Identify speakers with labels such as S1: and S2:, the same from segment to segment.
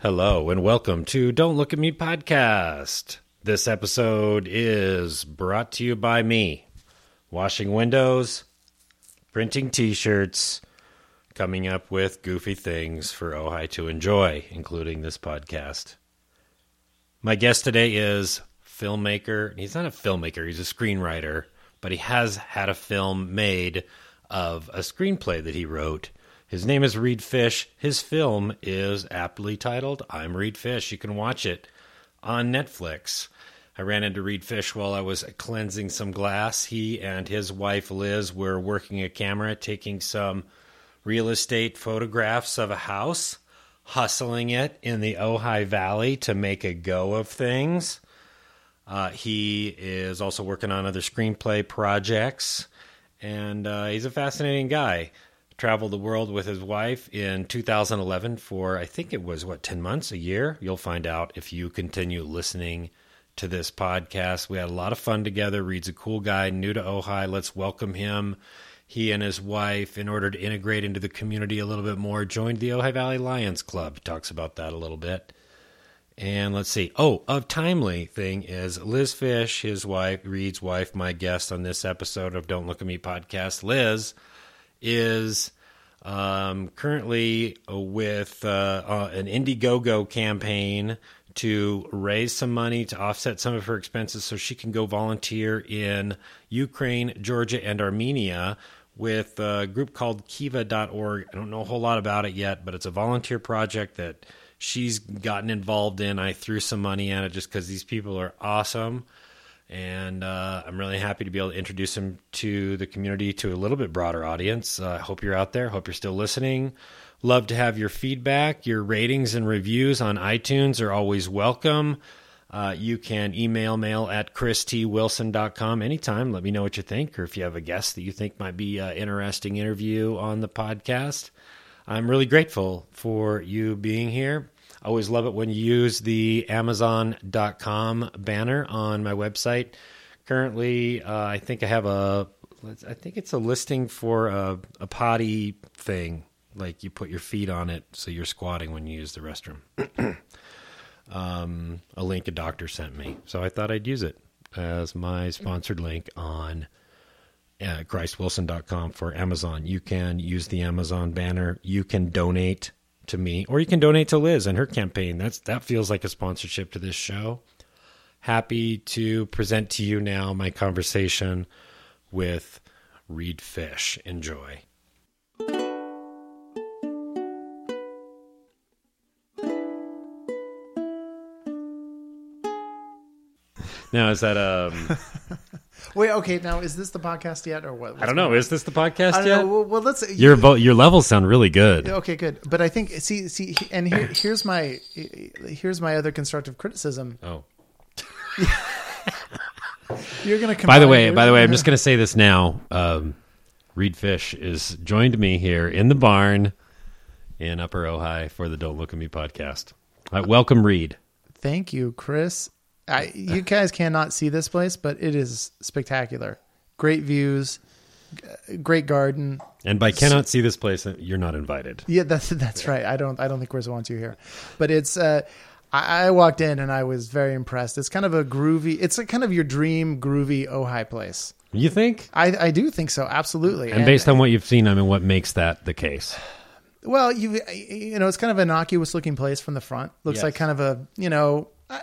S1: Hello and welcome to Don't Look at Me podcast. This episode is brought to you by me. Washing windows, printing t-shirts, coming up with goofy things for Ojai to enjoy, including this podcast. My guest today is filmmaker. He's not a filmmaker, he's a screenwriter, but he has had a film made of a screenplay that he wrote. His name is Reed Fish. His film is aptly titled I'm Reed Fish. You can watch it on Netflix. I ran into Reed Fish while I was cleansing some glass. He and his wife Liz were working a camera, taking some real estate photographs of a house hustling it in the Ojai Valley to make a go of things. Uh, he is also working on other screenplay projects, and uh, he's a fascinating guy. Traveled the world with his wife in 2011 for, I think it was, what, 10 months, a year? You'll find out if you continue listening to this podcast. We had a lot of fun together. Reed's a cool guy, new to Ojai. Let's welcome him he and his wife, in order to integrate into the community a little bit more, joined the Ojai Valley Lions Club. Talks about that a little bit. And let's see. Oh, a timely thing is Liz Fish, his wife, Reed's wife, my guest on this episode of Don't Look at Me podcast. Liz is um, currently with uh, uh, an Indiegogo campaign to raise some money to offset some of her expenses so she can go volunteer in Ukraine, Georgia, and Armenia with a group called kiva.org. I don't know a whole lot about it yet, but it's a volunteer project that she's gotten involved in. I threw some money at it just because these people are awesome. And uh, I'm really happy to be able to introduce them to the community to a little bit broader audience. Uh, I hope you're out there. Hope you're still listening. Love to have your feedback. Your ratings and reviews on iTunes are always welcome. Uh, you can email mail at christwilson.com anytime. Let me know what you think or if you have a guest that you think might be an interesting interview on the podcast. I'm really grateful for you being here. I always love it when you use the Amazon.com banner on my website. Currently, uh, I think I have a, I think it's a listing for a, a potty thing like you put your feet on it so you're squatting when you use the restroom. um, a link a doctor sent me, so I thought I'd use it as my sponsored link on uh, ChristWilson.com for Amazon. You can use the Amazon banner. You can donate to me, or you can donate to Liz and her campaign. That's that feels like a sponsorship to this show. Happy to present to you now my conversation with Reed Fish. Enjoy. Now is that um?
S2: Wait, okay. Now is this the podcast yet, or what?
S1: I don't know. Is this the podcast
S2: I don't
S1: yet?
S2: know. Well, well, let's.
S1: Your vo- your levels sound really good.
S2: okay, good. But I think see see, and here, here's my here's my other constructive criticism.
S1: Oh,
S2: You're gonna.
S1: by the way, by the way, I'm just gonna say this now. Um, Reed Fish is joined me here in the barn in Upper Ojai for the Don't Look at Me podcast. Uh, welcome, Reed.
S2: Thank you, Chris. I you guys cannot see this place, but it is spectacular. Great views, g- great garden.
S1: And by cannot see this place, you're not invited.
S2: Yeah, that's that's right. I don't I don't think Chris wants you here, but it's. uh I I walked in and I was very impressed. It's kind of a groovy. It's a kind of your dream groovy Ojai place.
S1: You think?
S2: I, I do think so, absolutely.
S1: And based on what you've seen, I mean, what makes that the case?
S2: well, you you know, it's kind of innocuous looking place from the front. Looks
S1: Yes.
S2: like kind of a you know, I-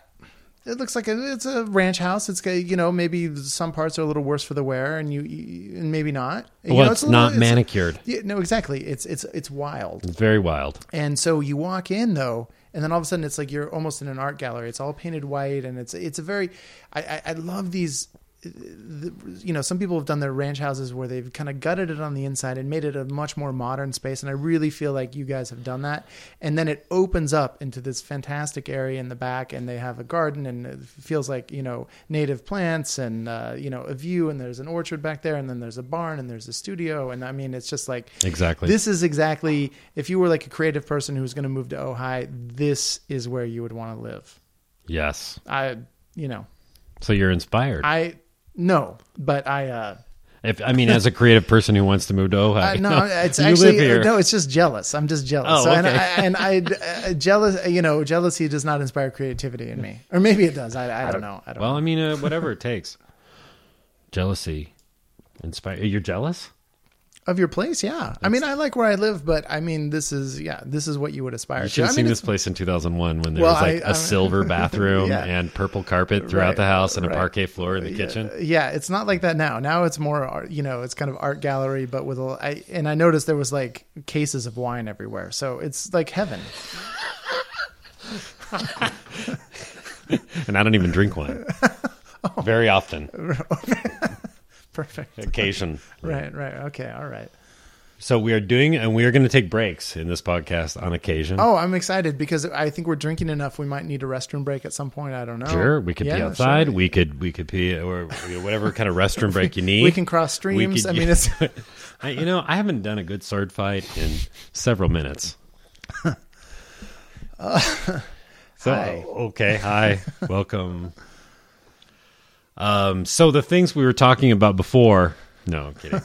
S2: it looks like a, it's a ranch house. It's got, you know maybe some parts are a little worse for the wear, and you, you and maybe not. you
S1: well,
S2: know,
S1: it's,
S2: a
S1: not
S2: little-
S1: manicured.
S2: Yeah, no, exactly. It's it's it's wild.
S1: It's very wild.
S2: And so you walk in though, and then all of a sudden it's like you're almost in an art gallery. It's all painted white, and it's it's a very. I I, I love these. uh, the- You know, some people have done their ranch houses where they've kind of gutted it on the inside and made it a much more modern space. And I really feel like you guys have done that. And then it opens up into this fantastic area in the back, and they have a garden, and it feels like you know native plants, and uh, you know a view, and there's an orchard back there, and then there's a barn, and there's a studio, and I mean it's just like
S1: Exactly.
S2: this is exactly if you were like a creative person who's going to move to Ojai, this is where you would want to live.
S1: yes.
S2: I, you know,
S1: So you're inspired.
S2: I no, but I, uh,
S1: If I mean, as a creative person who wants to move to Ohio,
S2: Uh, no, it's
S1: you
S2: actually uh,
S1: live here.
S2: no. It's just jealous. I'm just jealous.
S1: Oh,
S2: So, and
S1: okay.
S2: I, and I uh, jealous. You know, jealousy does not inspire creativity in me, or maybe it does. I, I, don't know. I don't.
S1: Well, I mean, uh, whatever it takes. Jealousy, inspire. You're jealous?
S2: know. Of your place, yeah. I mean, I like where I live, but I mean, this is yeah, this is what you would aspire
S1: You
S2: to.
S1: should have
S2: I
S1: seen
S2: mean,
S1: this place in 2001 when there
S2: Well,
S1: was like
S2: I-
S1: a
S2: I-
S1: silver bathroom
S2: Yeah.
S1: and purple carpet throughout
S2: Right,
S1: the house and a
S2: right.
S1: parquet floor in the kitchen.
S2: Yeah, it's not like that now. Now it's more, art, you know, it's kind of art gallery, but with a. I, and I noticed there was like cases of wine everywhere, so it's like heaven.
S1: And I don't even drink wine
S2: Oh.
S1: very often,
S2: Perfect.
S1: occasion.
S2: Right. Right. Okay. All right.
S1: So we are doing, and we are going to take breaks in this podcast on occasion.
S2: Oh, I'm excited because I think we're drinking enough. We might need a restroom break at some point. I don't know.
S1: Sure, we could
S2: Yeah,
S1: be
S2: sure.
S1: outside. We could we could be or you know, whatever kind of restroom break you need.
S2: We can cross streams.
S1: could-
S2: I mean, it's
S1: I, you know, I haven't done a good sword fight in several minutes. so
S2: Hi.
S1: okay, hi, welcome. Um, so the things we were talking about before. No, I'm kidding.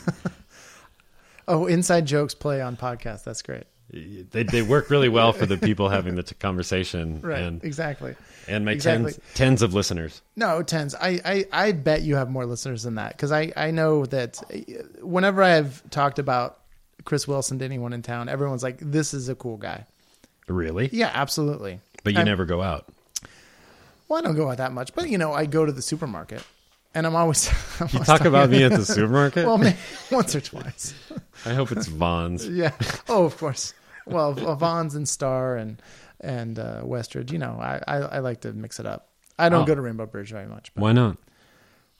S2: oh, inside jokes play on podcast. That's great.
S1: they they work really well for the people having the t- conversation
S2: Right.
S1: and
S2: exactly.
S1: and my
S2: exactly.
S1: tens tens of listeners.
S2: No, tens. I, I, I bet you have more listeners than that because I, I know that whenever I have talked about Chris Wilson to anyone in town, everyone's like, this is a cool guy.
S1: Really,
S2: Yeah, absolutely.
S1: but you
S2: I'm-
S1: never go out.
S2: Well, I don't go out that much, but you know, I go to the supermarket and I'm always. I'm
S1: You
S2: always
S1: talk
S2: talking-
S1: about me at the supermarket.
S2: Well, maybe once or twice.
S1: I hope it's Vons.
S2: Yeah. Oh, of course. Well, v- Vons and Star and and uh, Westridge. You know, I, I I like to mix it up. I don't
S1: Oh.
S2: go to Rainbow Bridge very much, but
S1: Why not?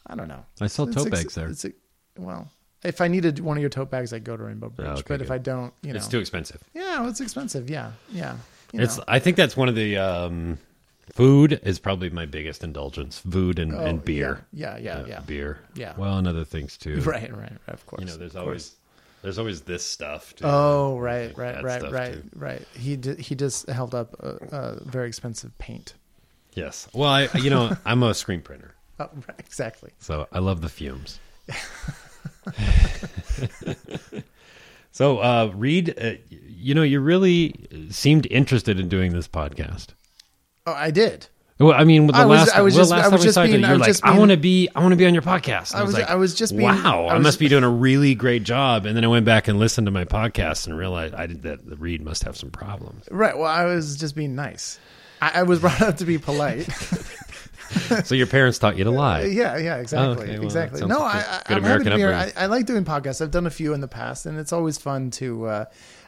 S2: I don't know.
S1: I sell tote bags there.
S2: It's a, well, if I needed one of your tote bags, I'd go to Rainbow Bridge.
S1: Oh, okay,
S2: but if
S1: good.
S2: I don't, you know,
S1: It's too expensive.
S2: yeah, well, it's expensive. Yeah, yeah. You
S1: It's.
S2: know.
S1: I think that's one of the um, food is probably my biggest indulgence. Food and,
S2: Oh,
S1: and beer.
S2: Yeah, yeah, yeah.
S1: Uh,
S2: yeah.
S1: Beer.
S2: Yeah.
S1: Well, and other things too.
S2: Right, right, right. Of course.
S1: You know, there's always there's always this stuff. Too.
S2: Oh right,
S1: Like
S2: right,
S1: that
S2: right,
S1: stuff,
S2: right,
S1: too.
S2: right. He d- he just held up a, a very expensive paint.
S1: Yes. Well, I you know I'm a screen printer,
S2: Oh, right, exactly.
S1: so I love the fumes. so, uh, Reed, uh, y- you know, you really seemed interested in doing this podcast.
S2: Oh, I did.
S1: Well, I mean, with the
S2: I was-
S1: last,
S2: I was
S1: well,
S2: just-
S1: last
S2: I
S1: time
S2: was
S1: we
S2: just
S1: saw
S2: being-
S1: you,
S2: I
S1: you're
S2: was
S1: like,
S2: just
S1: I
S2: being-
S1: want to be, I want to be on your podcast. And
S2: I was-
S1: like,
S2: I was just being-
S1: wow, I,
S2: I was-
S1: must be doing a really great job. And then I went back and listened to my podcast and realized I did that. The Reed must have some problems.
S2: Right. Well, I was just being nice. I, I was brought up to be polite.
S1: so your parents taught you to lie.
S2: yeah. Yeah. Exactly.
S1: Oh, well, that
S2: exactly.
S1: sounds
S2: No,
S1: like
S2: I,
S1: a
S2: I,
S1: good
S2: I'm happy
S1: American
S2: to be here. I,
S1: upbringing.
S2: I like doing podcasts. I've done a few in the past, and it's always fun to, uh,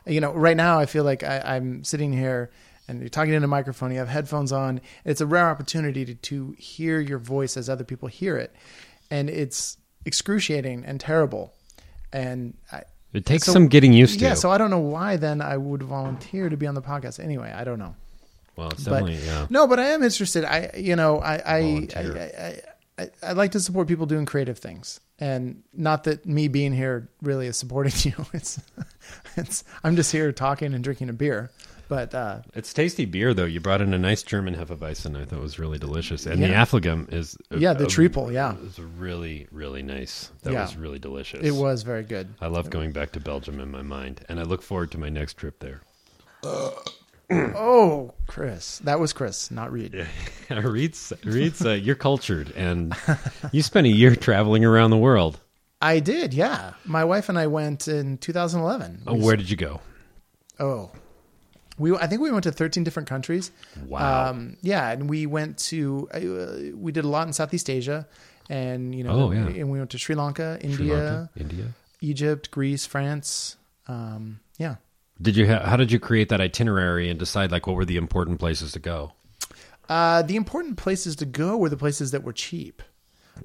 S2: you know, right now I feel like I, I'm sitting here and you're talking into a microphone. You have headphones on. It's a rare opportunity to, to hear your voice as other people hear it, and it's excruciating and terrible. And I,
S1: It takes
S2: So-
S1: some getting used to.
S2: yeah, so I don't know why then I would volunteer to be on the podcast. Anyway, I don't know.
S1: well, it's
S2: but
S1: definitely, yeah.
S2: no, but I am interested. I, you know, I, I,
S1: Volunteer.
S2: I, I, I, I like to support people doing creative things, and not that me being here really is supporting you. It's, it's, I'm just here talking and drinking a beer, but uh,
S1: It's tasty beer though. You brought in a nice German Hefeweizen. I thought was really delicious. And the
S2: Yeah.
S1: Affligem is a-
S2: yeah, the
S1: a-
S2: triple, yeah,
S1: is a really, really nice. That
S2: Yeah.
S1: was really delicious.
S2: it was very good.
S1: I love going back to Belgium in my mind, and I look forward to my next trip there.
S2: Oh, Chris, that was Chris, not Reed.
S1: Reed's, Reed's uh, you're cultured, and you spent a year traveling around the world.
S2: I did, yeah. My wife and I went in 2011.
S1: Oh, where did you go?
S2: Oh, we. I think we went to thirteen different countries.
S1: Wow.
S2: Um, yeah, and we went to. Uh, we did a lot in Southeast Asia, and you know,
S1: Oh, yeah.
S2: and we went to Sri Lanka, India,
S1: Sri Lanka, India.
S2: Egypt, Greece, France. Um, yeah.
S1: Did you? Ha- how did you create that itinerary and decide like what were the important places to go?
S2: Uh, the important places to go were the places that were cheap.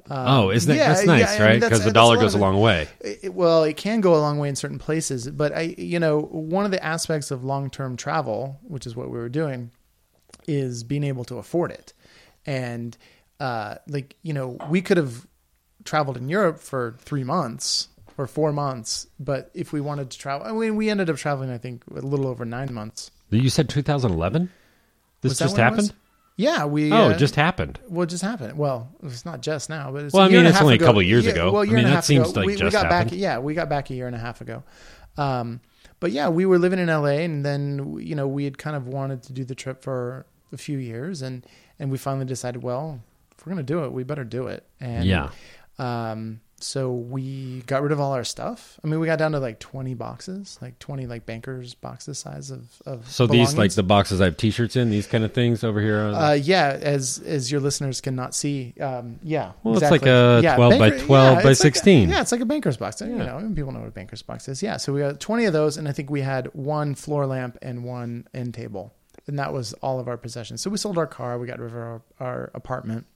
S1: oh, isn't that
S2: Uh, yeah,
S1: that's
S2: yeah,
S1: nice,
S2: I mean,
S1: right?
S2: that's-
S1: Because the
S2: that's
S1: dollar
S2: a lot
S1: goes a
S2: of it.
S1: long way.
S2: it, well, it can go a long way in certain places, but I, you know, one of the aspects of long-term travel, which is what we were doing, is being able to afford it. And uh, like, you know, we could have traveled in Europe for three months or four months, but if we wanted to travel, I mean, we ended up traveling, I think, a little over nine months.
S1: You said 2011. This
S2: Was that
S1: just
S2: when it was?
S1: happened.
S2: Yeah, we.
S1: Oh,
S2: uh,
S1: it just happened.
S2: Well, it just happened. Well, it's not just now, but it's
S1: Well,
S2: a
S1: I
S2: year
S1: mean,
S2: and
S1: it's
S2: half
S1: only a
S2: ago.
S1: couple years
S2: Yeah,
S1: ago.
S2: Well,
S1: I
S2: year
S1: mean,
S2: and a
S1: that
S2: half
S1: seems
S2: ago.
S1: like
S2: we, we
S1: just
S2: got
S1: happened.
S2: back. Yeah, we got back a year and a half ago. Um, but yeah, we were living in LA, and then you know we had kind of wanted to do the trip for a few years, and and we finally decided, well, if we're gonna do it, we better do it. And
S1: Yeah.
S2: um, so we got rid of all our stuff. I mean, we got down to like twenty boxes, like twenty like bankers boxes size of of.
S1: So these like
S2: belongings.
S1: the boxes I have T-shirts in, these kind of things over here. Are
S2: Uh, yeah, as as your listeners cannot see, um, yeah.
S1: Well, it's like a 12 by 12 by
S2: it's like a-
S1: 16.
S2: yeah, it's like a banker's box. You
S1: Yeah.
S2: know, and people know what a banker's box is. Yeah, so we got twenty of those, and I think we had one floor lamp and one end table, and that was all of our possessions. So we sold our car, we got rid of our, our apartment,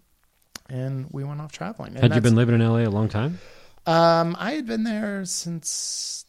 S2: and we went off traveling. And
S1: had you
S2: that's-
S1: been living in LA a long time?
S2: um, I had been there since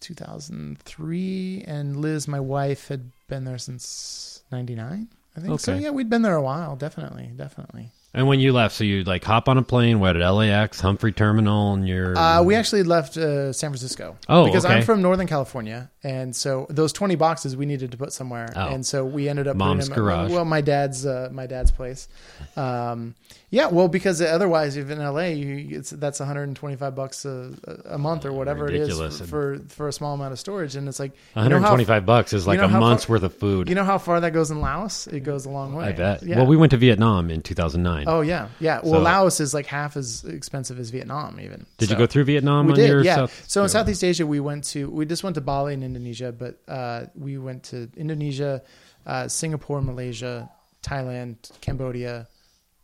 S2: 2003, and Liz, my wife, had been there since '99. I think so.
S1: Okay.
S2: Yeah, we'd been there a while. Definitely, definitely.
S1: And when you left, so you like hop on a plane, went at LAX, Humphrey Terminal, and you're
S2: Uh, we actually left uh, San Francisco.
S1: Oh,
S2: because
S1: okay.
S2: I'm from Northern California, and so those 20 boxes we needed to put somewhere,
S1: Oh.
S2: and so we ended up
S1: Mom's
S2: putting them-
S1: garage.
S2: Well, my dad's uh, my dad's place. Um, yeah, well, because otherwise, if in LA, you, it's that's 125 bucks a, a month or whatever
S1: Ridiculous.
S2: it is for, for a small amount of storage, and it's like you know how-
S1: 125 bucks is like
S2: know
S1: a
S2: how far-
S1: month's worth of food.
S2: You know how far that goes in Laos? It goes a long way.
S1: I bet.
S2: Yeah.
S1: Well, we went to Vietnam in 2009.
S2: oh yeah, yeah. Well,
S1: So-
S2: Laos is like half as expensive as Vietnam, even.
S1: did you
S2: So-
S1: go through Vietnam
S2: We
S1: on
S2: did,
S1: your
S2: yeah.
S1: South?
S2: so in Southeast Asia, we went to we just went to Bali in Indonesia, but uh, we went to Indonesia, uh, Singapore, Malaysia, Thailand, Cambodia,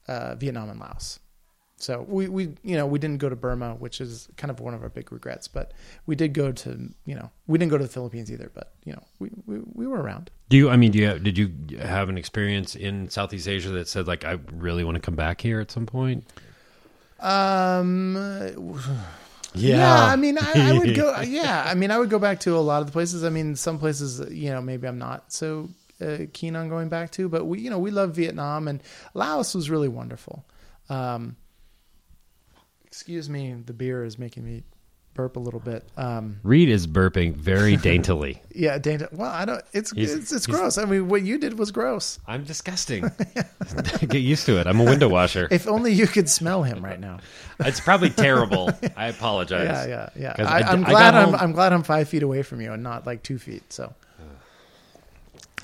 S2: uh, Vietnam, and Laos. So we we you know we didn't go to Burma, which is kind of one of our big regrets, but we did go to you know we didn't go to the Philippines either, but you know we we, we were around.
S1: Do you? I mean, do you? Have, did you have an experience in Southeast Asia that said like I really want to come back here at some point?
S2: Um, Yeah, I mean, I, I would go. Yeah, I mean, I would go back to a lot of the places. I mean, some places, you know, maybe I'm not so uh, keen on going back to, but we, you know, we love Vietnam and Laos was really wonderful. Um, excuse me, the beer is making me burp a little bit. Um,
S1: Reed is burping very daintily.
S2: yeah, Dana. Well, I don't. It's
S1: He's-
S2: it's, it's
S1: he's-
S2: gross. I mean, what you did was gross.
S1: I'm disgusting. Get used to it. I'm a window washer.
S2: If only you could smell him right now.
S1: It's probably terrible. I apologize.
S2: Yeah, yeah, yeah.
S1: 'Cause
S2: I,
S1: I-
S2: I, am
S1: I got
S2: glad I'm,
S1: home-
S2: I'm glad I'm five feet away from you and not like two feet. So,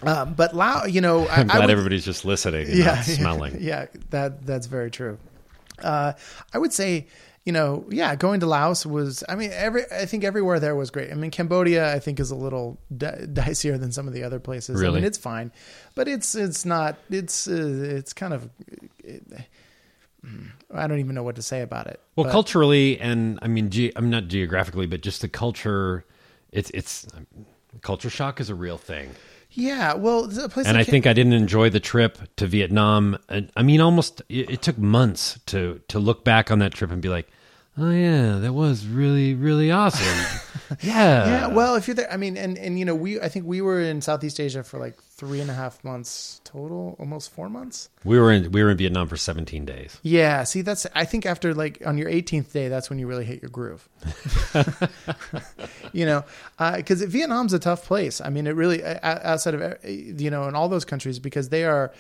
S2: um, but Lao, you know, I,
S1: I'm glad
S2: I would,
S1: everybody's just listening and not smelling.
S2: Yeah, that that's very true. Uh, I would say, you know, yeah, going to Laos was. I mean, every I think everywhere there was great. I mean, Cambodia I think is a little di- dicier than some of the other places. I
S1: Really?
S2: mean, it's fine, but it's it's not. It's uh, it's kind of. It, mm, I don't even know what to say about it.
S1: Well,
S2: but-
S1: culturally, and I mean, ge- I'm not geographically, but just the culture. It's it's culture shock is a real thing,
S2: yeah. Well, the place
S1: and
S2: that
S1: I
S2: ca-
S1: think I didn't enjoy the trip to Vietnam. And, I mean, almost it, it took months to to look back on that trip and be like, oh yeah, that was really really awesome. yeah,
S2: Yeah, well, if you're there, I mean, and and you know, we I think we were in Southeast Asia for like three and a half months total, almost four months.
S1: we were in we were in Vietnam for 17 days.
S2: Yeah, see, that's I think after like on your 18th day, that's when you really hit your groove. you know, because Vietnam's a tough place. I mean, it really uh, outside of uh, you know in all those countries because they are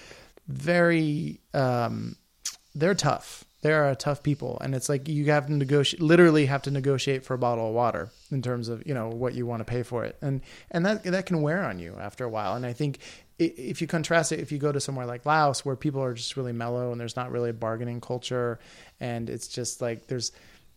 S2: very um, they're tough. They are a tough people, and it's like you have to negotiate. Literally, have to negotiate for a bottle of water in terms of you know what you want to pay for it, and and that that can wear on you after a while. And I think i- if you contrast it, if you go to somewhere like Laos where people are just really mellow and there's not really a bargaining culture, and it's just like there's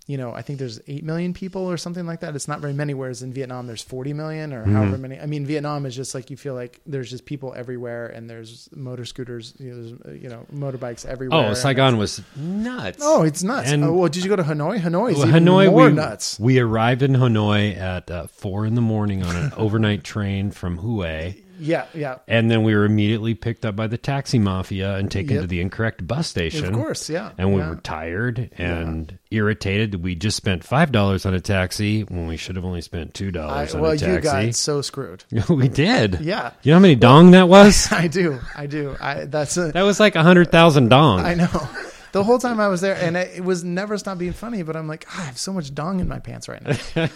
S2: you know, I think there's 8 million people or something like that. It's not very many. Whereas in Vietnam, there's 40 million or
S1: Mm-hmm.
S2: however many. I mean, Vietnam is just like you feel like there's just people everywhere and there's motor scooters, you know, there's, uh, you know motorbikes everywhere.
S1: Oh, Saigon was nuts.
S2: Oh, it's nuts.
S1: And-
S2: oh, well, did you go to Hanoi? Hanoi is
S1: Well,
S2: even
S1: Hanoi,
S2: more
S1: we,
S2: nuts.
S1: we arrived in Hanoi at uh, four in the morning on an overnight train from Hue.
S2: Yeah, yeah.
S1: And then we were immediately picked up by the taxi mafia and taken
S2: Yep.
S1: to the incorrect bus station.
S2: Of course, yeah.
S1: And we
S2: yeah.
S1: were tired and irritated. We just spent five dollars on a taxi when we should have only spent two
S2: I,
S1: dollars on
S2: well,
S1: a
S2: you got
S1: taxi.
S2: so screwed.
S1: we did.
S2: Yeah.
S1: You know how many dong that was?
S2: I do. I do. I that's a,
S1: That was like a hundred thousand dong.
S2: I know. The whole time I was there, and it it was never stopped being funny. But I'm like, "Ah, I have so much dong in my pants right now.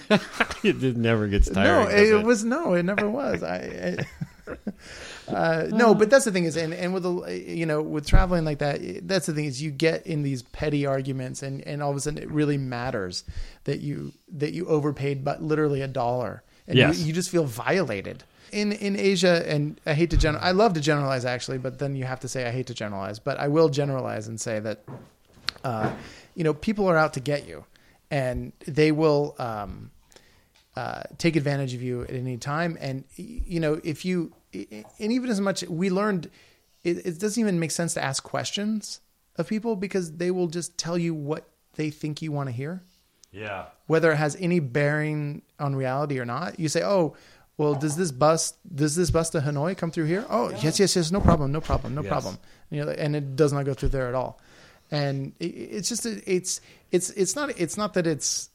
S1: it never gets tired.
S2: no, it, was no, it never was. I, I uh, no, but that's the thing is, and, and with the you know with traveling like that, that's the thing is you get in these petty arguments, and and all of a sudden it really matters that you that you overpaid, but literally a dollar, and
S1: Yes.
S2: you, you just feel violated. In in Asia, and I hate to general, I love to generalize actually, but then you have to say I hate to generalize, but I will generalize and say that uh, you know, people are out to get you, and they will um, uh, take advantage of you at any time. And y- you know, if you and even as much we learned, it, it doesn't even make sense to ask questions of people because they will just tell you what they think you want to hear
S1: Yeah.
S2: whether it has any bearing on reality or not. You say, "Oh, well, does this bus does this bus to Hanoi come through here?" Oh, yes, yes, yes, no problem, no problem, no
S1: Yes.
S2: problem. And, you know, and it does not go through there at all. And it, it's just it's it's it's not it's not that it's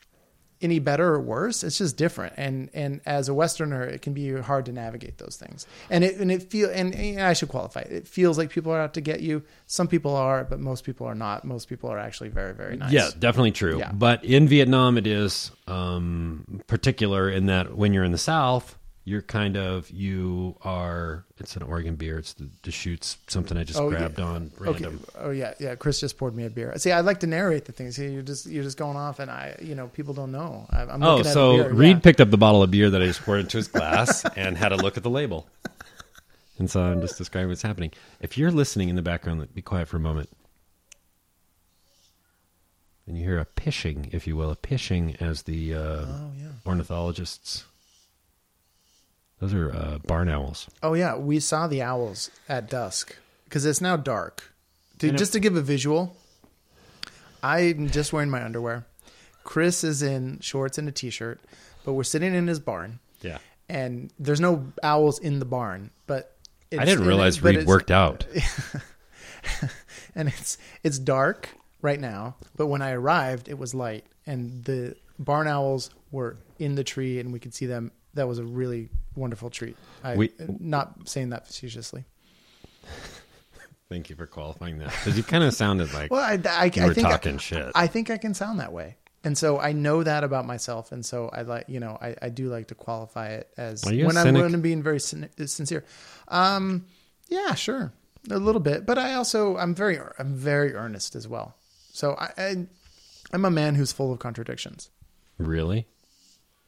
S2: any better or worse. It's just different. And and as a Westerner, it can be hard to navigate those things. And it and it feel and, and I should qualify. it. It feels like people are out to get you. Some people are, but most people are not. Most people are actually very very nice.
S1: Yeah, definitely true.
S2: Yeah.
S1: But in Vietnam, it is um, particular in that when you're in the South, you're kind of you are. It's an Oregon beer. It's the Deschutes something I just
S2: Oh, yeah.
S1: grabbed on random.
S2: Oh yeah, yeah. Chris just poured me a beer. See, I like to narrate the things. You're just you're just going off, and I, you know, people don't know. I- I'm
S1: Oh,
S2: looking at
S1: so
S2: a beer,
S1: Reed
S2: yeah.
S1: picked up the bottle of beer that I just poured into his glass and had a look at the label. And so I'm just describing what's happening. If you're listening in the background, be quiet for a moment. And you hear a pishing, if you will, a pishing as the uh,
S2: Oh yeah.
S1: ornithologists. Those are uh, barn owls.
S2: Oh yeah. We saw the owls at dusk because it's now dark. To,
S1: And it-
S2: just to give a visual, I'm just wearing my underwear. Chris is in shorts and a t-shirt, but we're sitting in his barn,
S1: Yeah.
S2: and there's no owls in the barn. But it's,
S1: I didn't
S2: and
S1: realize
S2: it- but
S1: Reed
S2: it's-
S1: worked out.
S2: and it's it's dark right now but when i arrived it was light and the barn owls were in the tree and we could see them that was a really wonderful treat i
S1: We-
S2: not saying that facetiously
S1: Thank you for qualifying that. Because you kind of sounded like
S2: well i, I,
S1: you
S2: I
S1: were
S2: think
S1: talking shit.
S2: I, think i can sound that way and so i know that about myself and so i like you know i, I do like to qualify it as
S1: Are you a
S2: when i'm
S1: cynic?
S2: when i'm being very sin- sincere um yeah sure a little bit but i also i'm very i'm very earnest as well so i, I i'm a man who's full of contradictions
S1: really?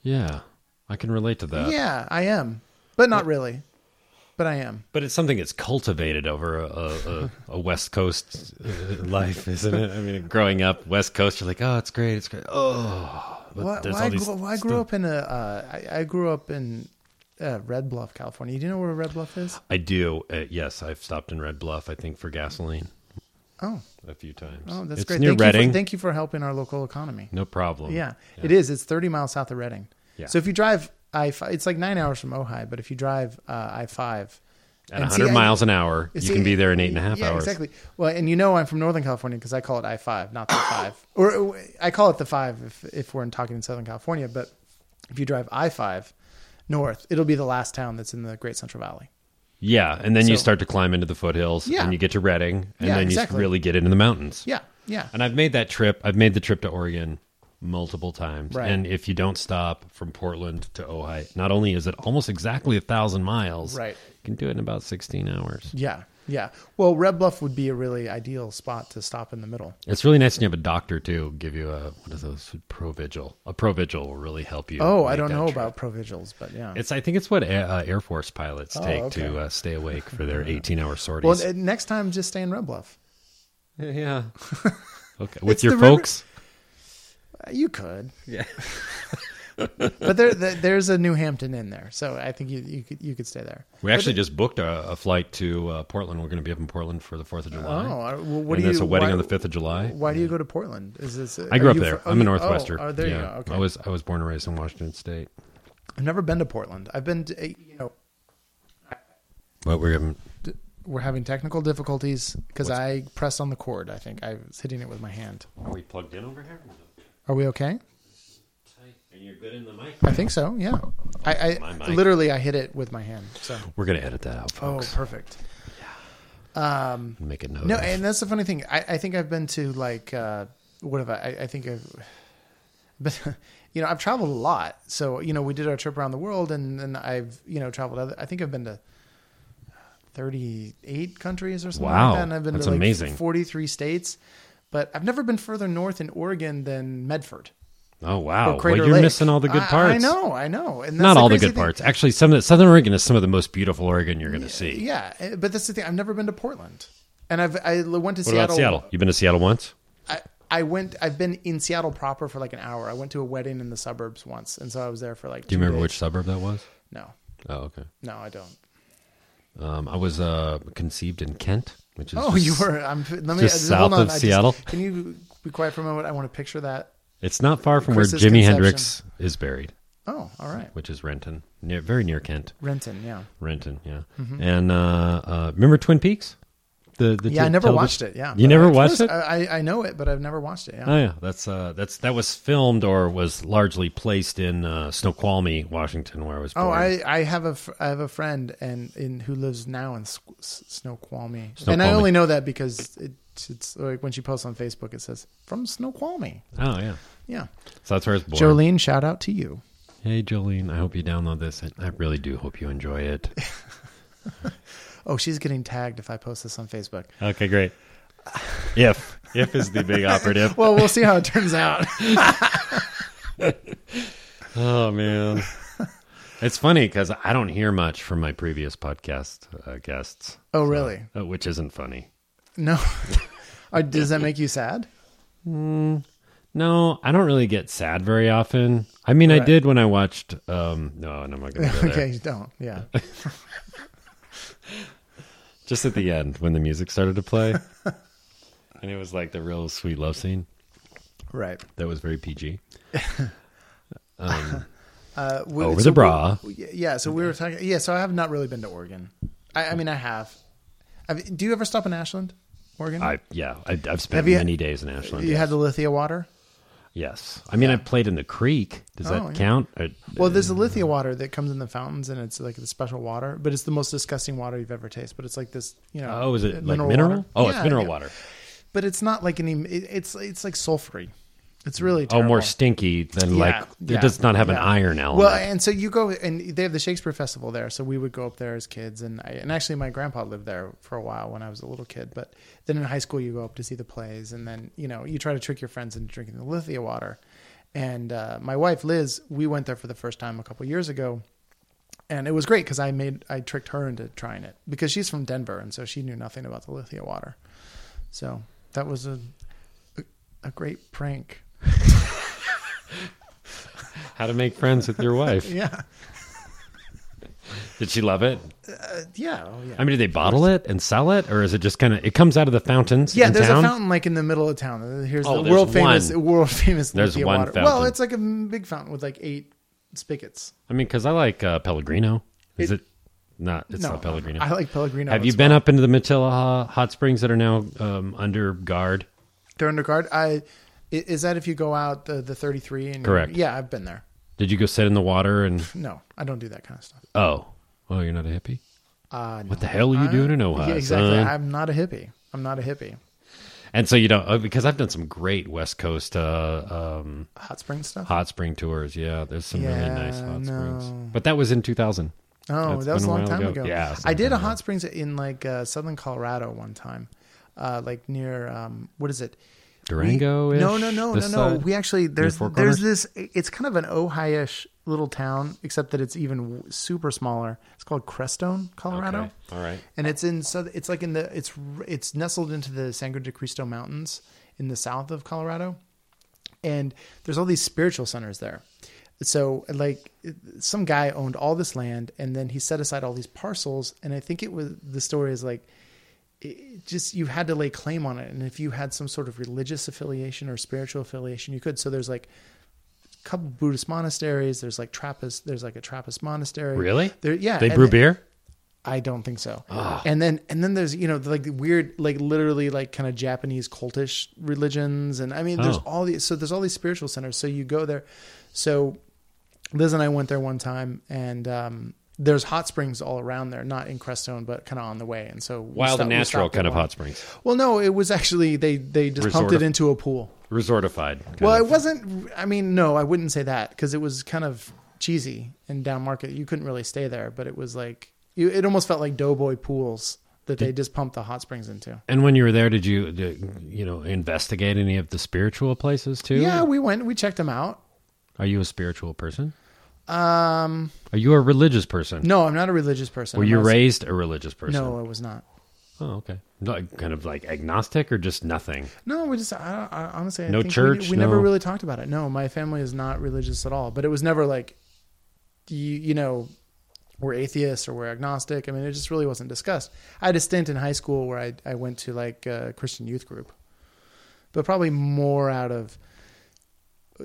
S1: Yeah. I can relate to that.
S2: yeah i am but not really but i am
S1: But it's something that's cultivated over a, a, a, a West Coast uh, life, isn't it? I mean, growing up West Coast, you're like, oh, it's great, it's great. Oh, but
S2: Why,
S1: there's
S2: why,
S1: all
S2: I
S1: these
S2: grew, why I grew up in a, uh, I, I grew up in uh, Red Bluff, California. Do you know where Red Bluff is?
S1: I do. Uh, yes, I've stopped in Red Bluff, I think, for gasoline
S2: Oh,
S1: a few times.
S2: oh, that's
S1: it's
S2: great.
S1: near
S2: thank You
S1: Reading.
S2: for, thank you for helping our local economy.
S1: no problem.
S2: Yeah, it is. It's 30 miles south of Reading.
S1: Yeah.
S2: So if you drive I, fi- it's like nine hours from Ojai, but if you drive uh, I five
S1: At
S2: and see,
S1: 100
S2: I-
S1: miles an hour, you
S2: see,
S1: can be there in eight and a half
S2: yeah,
S1: hours.
S2: Exactly. Well, and you know I'm from Northern California because I call it I five, not the five, or uh, I call it the five if if we're in talking in Southern California. But if you drive I five north, it'll be the last town that's in the Great Central Valley.
S1: Yeah, and then you
S2: So-
S1: start to climb into the foothills,
S2: Yeah.
S1: and you get to Reading, and
S2: Yeah,
S1: then
S2: exactly.
S1: you really get into the mountains.
S2: Yeah, yeah.
S1: And I've made that trip. I've made the trip to Oregon multiple times.
S2: Right.
S1: And if you don't stop from Portland to Ojai, not only is it almost exactly a thousand miles,
S2: Right.
S1: You can do it in about sixteen hours.
S2: Yeah, yeah. Well, Red Bluff would be a really ideal spot to stop in the middle.
S1: It's really nice when you have a doctor too. Give you a what is those pro vigil? A pro vigil will really help you.
S2: Oh, I
S1: make
S2: don't
S1: that
S2: know
S1: trip.
S2: about provigils, but yeah.
S1: It's. I think it's what Air, uh, Air Force pilots take
S2: Oh, okay.
S1: to uh, stay awake for their eighteen-hour sorties.
S2: well, uh, next time, just stay in Red Bluff.
S1: yeah. okay. With
S2: It's
S1: your
S2: the river-
S1: folks.
S2: Uh, You could,
S1: Yeah.
S2: but there, there there's a New Hampton in there, so I think you you could you could stay there.
S1: We actually just booked a, a flight to uh, Portland. We're going to be up in Portland for the Fourth of July.
S2: Oh, uh, well, what
S1: and
S2: do
S1: that's
S2: you?
S1: a wedding
S2: why-
S1: on the fifth of July.
S2: Why do you go to Portland? Is this?
S1: I grew up there. I'm a Northwester.
S2: Northwestern. Oh, there
S1: yeah.
S2: you go. Okay.
S1: I was I was born and raised in Washington State.
S2: I've never been to Portland. I've been, to, you know,
S1: But we're having
S2: we're having technical difficulties because
S1: What's-
S2: I pressed on the cord. I think I was hitting it with my hand.
S1: are we plugged in over here?
S2: Are we okay?
S1: And you're good in the mic.
S2: I think so. Yeah. I,
S1: My
S2: I
S1: mic.
S2: literally I hit it with my hand. So.
S1: We're going to edit that out,
S2: Oh,
S1: folks.
S2: perfect.
S1: and Make a note.
S2: Um, No,
S1: of-
S2: and that's the funny thing. I, I think I've been to like uh, what have I? I, I think I've, but you know, I've traveled a lot. So you know, we did our trip around the world, and then I've you know traveled. Other, I think I've been to 38 countries or something
S1: Wow,
S2: like that. And I've been
S1: that's
S2: to like
S1: amazing.
S2: 43 states, but I've never been further north in Oregon than Medford.
S1: Oh
S2: or
S1: wow! Well,
S2: Crater
S1: you're
S2: Lake.
S1: missing all the good
S2: I-
S1: parts.
S2: I, know, I know. And that's
S1: Not all the
S2: crazy
S1: good
S2: thing.
S1: parts. Actually, some of the, Southern Oregon is some of the most beautiful Oregon you're going to see.
S2: Yeah, eh, but that's the thing. I've never been to Portland, and I've I l- went to
S1: What
S2: Seattle.
S1: about Seattle? You've been to Seattle once?
S2: I, I went. I've been in Seattle proper for like an hour. I went to a wedding in the suburbs once, and so I was there for like.
S1: Do you
S2: two
S1: remember
S2: days.
S1: which suburb that was?
S2: No,
S1: Oh, okay.
S2: no, I don't.
S1: Um, I was uh, conceived in Kent, which is
S2: Oh,
S1: just-
S2: you were. I'm. Let me.
S1: just south
S2: hold on,
S1: of
S2: I just-
S1: Seattle.
S2: can you be quiet for a moment? I want to picture that.
S1: It's not far from where
S2: Chris's
S1: Jimi
S2: conception.
S1: Hendrix is buried,
S2: Oh, all right.
S1: which is Renton, near, very near Kent.
S2: Renton, yeah.
S1: Renton, yeah. And uh, uh, remember Twin Peaks? The, the
S2: Mm-hmm. Yeah, I
S1: te-
S2: never
S1: televis-
S2: watched it. uh, Yeah,
S1: You
S2: But
S1: never
S2: of
S1: watched
S2: course,
S1: it?
S2: I, I know it, but I've never watched it. Yeah.
S1: Oh yeah, that's uh, that's that was filmed or was largely placed in uh, Snoqualmie, Washington, where I was born.
S2: Oh, I, I have a fr- I have a friend and in who lives now in S- S- Snoqualmie, and I
S1: Snoqualmie.
S2: only know that because it, it's like when she posts on Facebook, it says from Snoqualmie.
S1: Oh, yeah.
S2: Yeah,
S1: So that's where I was born.
S2: Jolene, shout out to you.
S1: Hey Jolene, I hope you download this. I- I really do hope you enjoy it.
S2: Oh, she's getting tagged if I post this on Facebook.
S1: okay, great. If if is the big operative.
S2: Well, we'll see how it turns out.
S1: Oh man, it's funny because I don't hear much from my previous podcast uh, guests,
S2: Oh, really?
S1: uh, which isn't funny.
S2: No. Uh, Does that make you sad?
S1: No, I don't really get sad very often. I mean, I
S2: Right.
S1: did when I watched. Um, no, and I'm not going to go
S2: Okay,
S1: there.
S2: you don't. Yeah.
S1: Just at the end when the music started to play, and it was like the real sweet love scene.
S2: Right.
S1: That was very PG.
S2: Uh, we-
S1: Over
S2: so
S1: the bra.
S2: we- yeah. So we were talking. Yeah. So I have not really been to Oregon. I, I mean, I have. I've, do you ever stop in Ashland, Oregon?
S1: I yeah, I, I've spent
S2: Have you-
S1: many days in Ashland.
S2: You
S1: yes.
S2: had the Lithia water.
S1: Yes. I mean, I played in the creek. Does that
S2: Oh, yeah.
S1: count? Uh, I-
S2: Well, there's the Lithia water that comes in the fountains, and it's like the special water, but it's the most disgusting water you've ever tasted. But it's like this, you know.
S1: oh, is it like mineral?
S2: uh, water.
S1: Oh,
S2: Yeah,
S1: it's mineral
S2: yeah.
S1: water.
S2: But it's not like any. it- It's it's like sulfury. It's really
S1: Oh,
S2: terrible.
S1: more stinky than
S2: Yeah,
S1: like
S2: yeah,
S1: it does not have an
S2: yeah.
S1: iron element.
S2: Well, and so you go, and they have the Shakespeare Festival there. So we would go up there as kids, and I, and actually my grandpa lived there for a while when I was a little kid. But then in high school, you go up to see the plays, and then you know you try to trick your friends into drinking the lithia water. And uh, my wife Liz, we went there for the first time a couple years ago, and it was great because I made I tricked her into trying it because she's from Denver, and so she knew nothing about the lithia water. So that was a a, a great prank.
S1: How to make friends with your wife?
S2: Yeah,
S1: Did she love it?
S2: yeah, oh, yeah.
S1: I mean, do they bottle it and sell it, or is it just kind of? It comes out of the fountains.
S2: Yeah,
S1: in
S2: there's
S1: town?
S2: a fountain like in the middle of town. Uh, Here's
S1: Oh,
S2: the
S1: there's
S2: world famous,
S1: one.
S2: world famous.
S1: There's
S2: Lithia
S1: one
S2: water.
S1: fountain.
S2: Well, it's like a m- big fountain with like eight spigots.
S1: I mean, because I like uh, Pellegrino. Is it,
S2: It-
S1: not? It's
S2: No,
S1: not Pellegrino.
S2: I like Pellegrino.
S1: have you
S2: It's-
S1: been up into the Matilla hot springs that are now um, under guard?
S2: They're under guard. I i- is that if you go out the the 33 and you're-
S1: Correct.
S2: Yeah, I've been there.
S1: Did you go sit in the water and?
S2: No, I don't do that kind of stuff.
S1: Oh, oh, you're not a hippie.
S2: Uh, no.
S1: What the hell are you doing in Ohio?
S2: yeah, exactly.
S1: son?
S2: I'm not a hippie. I'm not a hippie.
S1: And so you don't uh, because I've done some great West Coast uh, um,
S2: Hot spring stuff.
S1: hot spring tours. Yeah, there's some really
S2: Yeah,
S1: nice hot
S2: no.
S1: springs. But that was in 2000.
S2: Oh,
S1: That's
S2: that was
S1: been
S2: a
S1: a
S2: long
S1: while
S2: time
S1: ago.
S2: ago.
S1: Yeah, it's a
S2: I
S1: long
S2: did a
S1: time
S2: hot springs in like uh, southern Colorado one time, uh, like near um, what is it?
S1: Durango.
S2: We- No, no, no, no, no.
S1: this side?
S2: We actually there's
S1: Four
S2: there's this. It's kind of an Ohio-ish little town, except that it's even w- super smaller. It's called Crestone, Colorado,
S1: Okay. All right.
S2: and it's in so it's like in the it's r- it's nestled into the Sangre de Cristo Mountains in the south of Colorado, and there's all these spiritual centers there. So like some guy owned all this land, and then he set aside all these parcels, and I think it was the story is like it just you had to lay claim on it and if you had some sort of religious affiliation or spiritual affiliation you could so there's like a couple buddhist monasteries there's like trappist there's like a trappist monastery
S1: Really?
S2: there yeah
S1: They
S2: and-
S1: brew beer.
S2: i don't think so and then and then there's you know like the weird like literally like kind of japanese cultish religions and i mean there's
S1: Oh.
S2: all these so there's all these spiritual centers so you go there so Liz and I went there one time, and um, there's hot springs all around there, not in Crestone, but kind of on the way. And so, we
S1: Wild and
S2: stopped- we
S1: natural
S2: stopped at
S1: kind of
S2: one.
S1: hot springs.
S2: Well, no, it was actually they they just
S1: Resort
S2: pumped it
S1: of-
S2: into a pool.
S1: Resortified. kind
S2: Well,
S1: of.
S2: it wasn't. I mean, no, I wouldn't say that because it was kind of cheesy and down market. You couldn't really stay there, but it was like You, it almost felt like Doughboy pools that they just pumped the hot springs into.
S1: And when you were there, did you did, you know investigate any of the spiritual places too?
S2: Yeah, we went. We checked them out.
S1: Are you a spiritual person?
S2: Um,
S1: Are you a religious person?
S2: no, I'm not a religious person.
S1: Were you
S2: I'm not-
S1: raised a religious person?
S2: No, I was not.
S1: Oh, okay. Like, kind of like agnostic or just nothing.
S2: No, we just I, don't, I honestly I
S1: No
S2: think we-
S1: church,
S2: We, never
S1: no-
S2: really talked about it. No, my family is not religious at all. But it was never like, you you know, we're atheists or we're agnostic. I mean, it just really wasn't discussed. I had a stint in high school where I I went to like a Christian youth group, but probably more out of.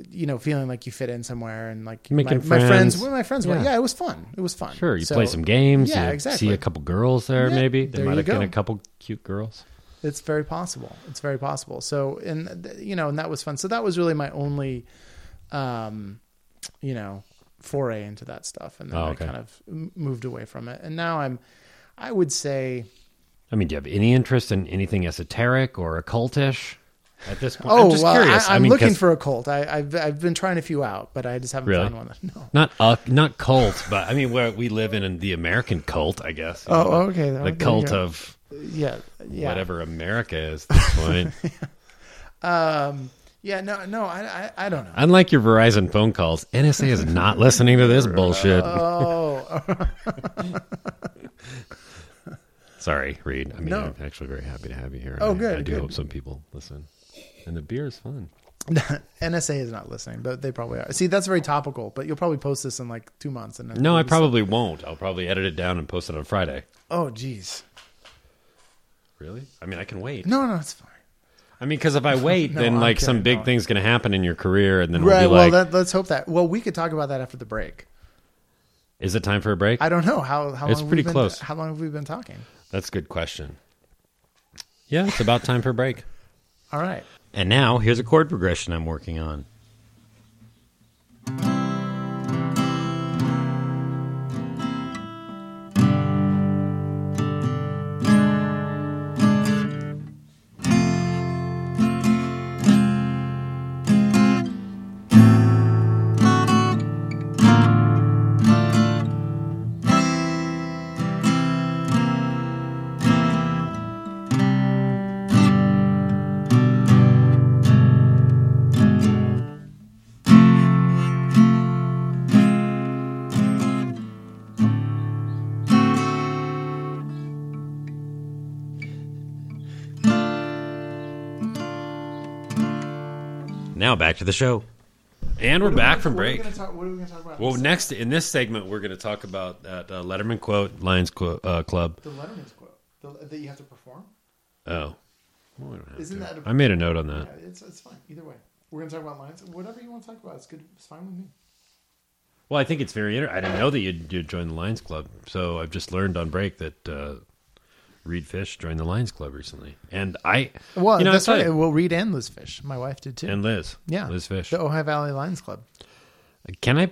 S2: You know, feeling like you fit in somewhere and like
S1: Making
S2: my, my friends.
S1: friends.
S2: Well, my friends were.
S1: Yeah.
S2: Yeah, it was fun. It was fun.
S1: Sure, you
S2: So,
S1: play some games.
S2: Yeah,
S1: you
S2: exactly.
S1: See a couple girls there,
S2: Yeah,
S1: maybe there,
S2: there
S1: might
S2: you
S1: have been
S2: go.
S1: a couple cute girls.
S2: It's very possible. It's very possible. So, and th- you know, and that was fun. So that was really my only, um, you know, foray into that stuff, and then
S1: Oh,
S2: I
S1: okay.
S2: kind of m- moved away from it. And now I'm, I would say,
S1: I mean, do you have any interest in anything esoteric or occultish at this point?
S2: oh
S1: I'm just
S2: well,
S1: curious.
S2: I, I'm
S1: mean,
S2: looking
S1: 'cause
S2: for a cult. I, I've I've been trying a few out, but I just haven't
S1: Really?
S2: found one. That, no.
S1: not uh, not cult, but I mean, where we live in the American cult, I guess. you
S2: Oh,
S1: know,
S2: okay.
S1: The,
S2: There you
S1: cult
S2: go.
S1: of
S2: yeah, yeah,
S1: whatever America is at this point.
S2: Um, yeah, no, no, I, I, I don't know.
S1: Unlike your Verizon phone calls, NSA is not listening to this bullshit.
S2: Oh,
S1: Sorry, Reed. I mean,
S2: No.
S1: I'm actually very happy to have you here.
S2: Oh,
S1: I,
S2: good,
S1: I do
S2: good.
S1: hope some people listen. And the beer is fun.
S2: NSA is not listening, but they probably are. See, that's very topical. But you'll probably post this in like two months, and then
S1: No, I
S2: it'll be so-
S1: probably won't. I'll probably edit it down and post it on Friday.
S2: Oh, geez.
S1: Really? I mean, I can wait.
S2: No, no, it's fine.
S1: I mean, because if I wait,
S2: No,
S1: then
S2: I'm
S1: like some
S2: kidding.
S1: big
S2: No.
S1: thing's going to happen in your career, and then
S2: Right.
S1: we'll be
S2: well,
S1: like,
S2: that, let's hope that. Well, we could talk about that after the break.
S1: "Is it time for a break?"
S2: I don't know how how
S1: It's
S2: long
S1: pretty
S2: we've been,
S1: close.
S2: How long have we been talking?
S1: That's a good question. Yeah, it's about time for a break.
S2: All right.
S1: And now here's a chord progression I'm working on. Now back to the show. And we're back from break.
S2: what are we going to talk about?
S1: Well, next in this segment, we're going to talk about that uh, Letterman quote, Lions Clo- uh, Club.
S2: the Letterman's quote that you have to perform.
S1: Oh, Well, we don't have
S2: Isn't
S1: to.
S2: that a-
S1: I made a note on that.
S2: it's it's fine either way. We're going to talk about lines. Whatever you want to talk about, it's good. It's fine with me.
S1: Well, I think it's very interesting. I didn't know that you'd, you'd joined the Lions Club. So I've just learned on break that uh, Reed Fish joined the Lions Club recently, and I
S2: Well,
S1: you know,
S2: that's
S1: I saw
S2: right.
S1: you-
S2: Well, Reed and Liz Fish. My wife did too.
S1: And Liz,
S2: yeah,
S1: Liz Fish.
S2: the Ohio Valley Lions Club.
S1: Can I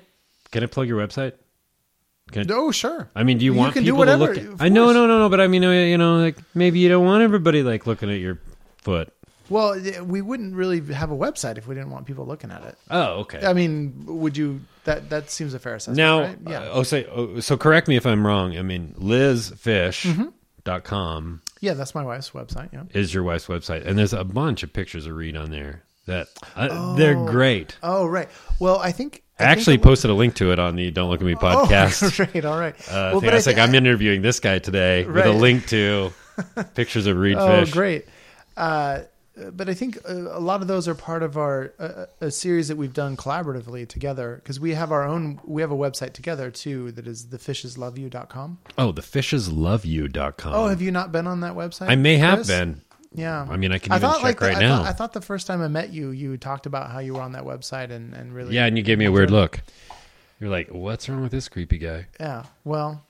S1: can I plug your website? Can I,
S2: Oh, sure.
S1: I mean, do you,
S2: You
S1: want
S2: can do
S1: people
S2: whatever,
S1: to look?
S2: of
S1: At, I know,
S2: course.
S1: no, no, no. But I mean, uh, you know, like maybe you don't want everybody like looking at your foot.
S2: Well, th- we wouldn't really have a website if we didn't want people looking at it.
S1: Oh, okay.
S2: I mean, would you? That that seems a fair assessment.
S1: Now,
S2: right? yeah,
S1: uh, oh, say, oh, so correct me if I'm wrong. I mean,
S2: Mm-hmm.
S1: lizfish.com
S2: yeah, that's my wife's website. Yeah.
S1: is your wife's website, and there's a bunch of pictures of Reed on there that uh, they're great.
S2: Oh, right. Well, I think
S1: I actually
S2: posted
S1: posted a link to it on the Don't Look at Me
S2: oh,
S1: podcast.
S2: right, all right.
S1: Uh,
S2: well,
S1: thing. I was
S2: thi-
S1: like, I'm interviewing this guy today with a
S2: Right.
S1: link to pictures of Reed
S2: oh,
S1: Fish.
S2: great. Uh, but I think uh, a lot of those are part of our uh, a series that we've done collaboratively together because we have our own we have a website together too that is thefishesloveyou.com.
S1: Oh, the fishesloveyou.com.
S2: Oh, have you not been on that website?
S1: I may have
S2: Chris?
S1: been.
S2: Yeah.
S1: I mean, I can
S2: I
S1: even
S2: thought
S1: check
S2: like the-
S1: right
S2: I
S1: now.
S2: Thought, I thought the first time I met you, you talked about how you were on that website and, and really.
S1: Yeah, and you gave me a weird look. You're like, what's wrong with this creepy guy?
S2: Yeah. Well,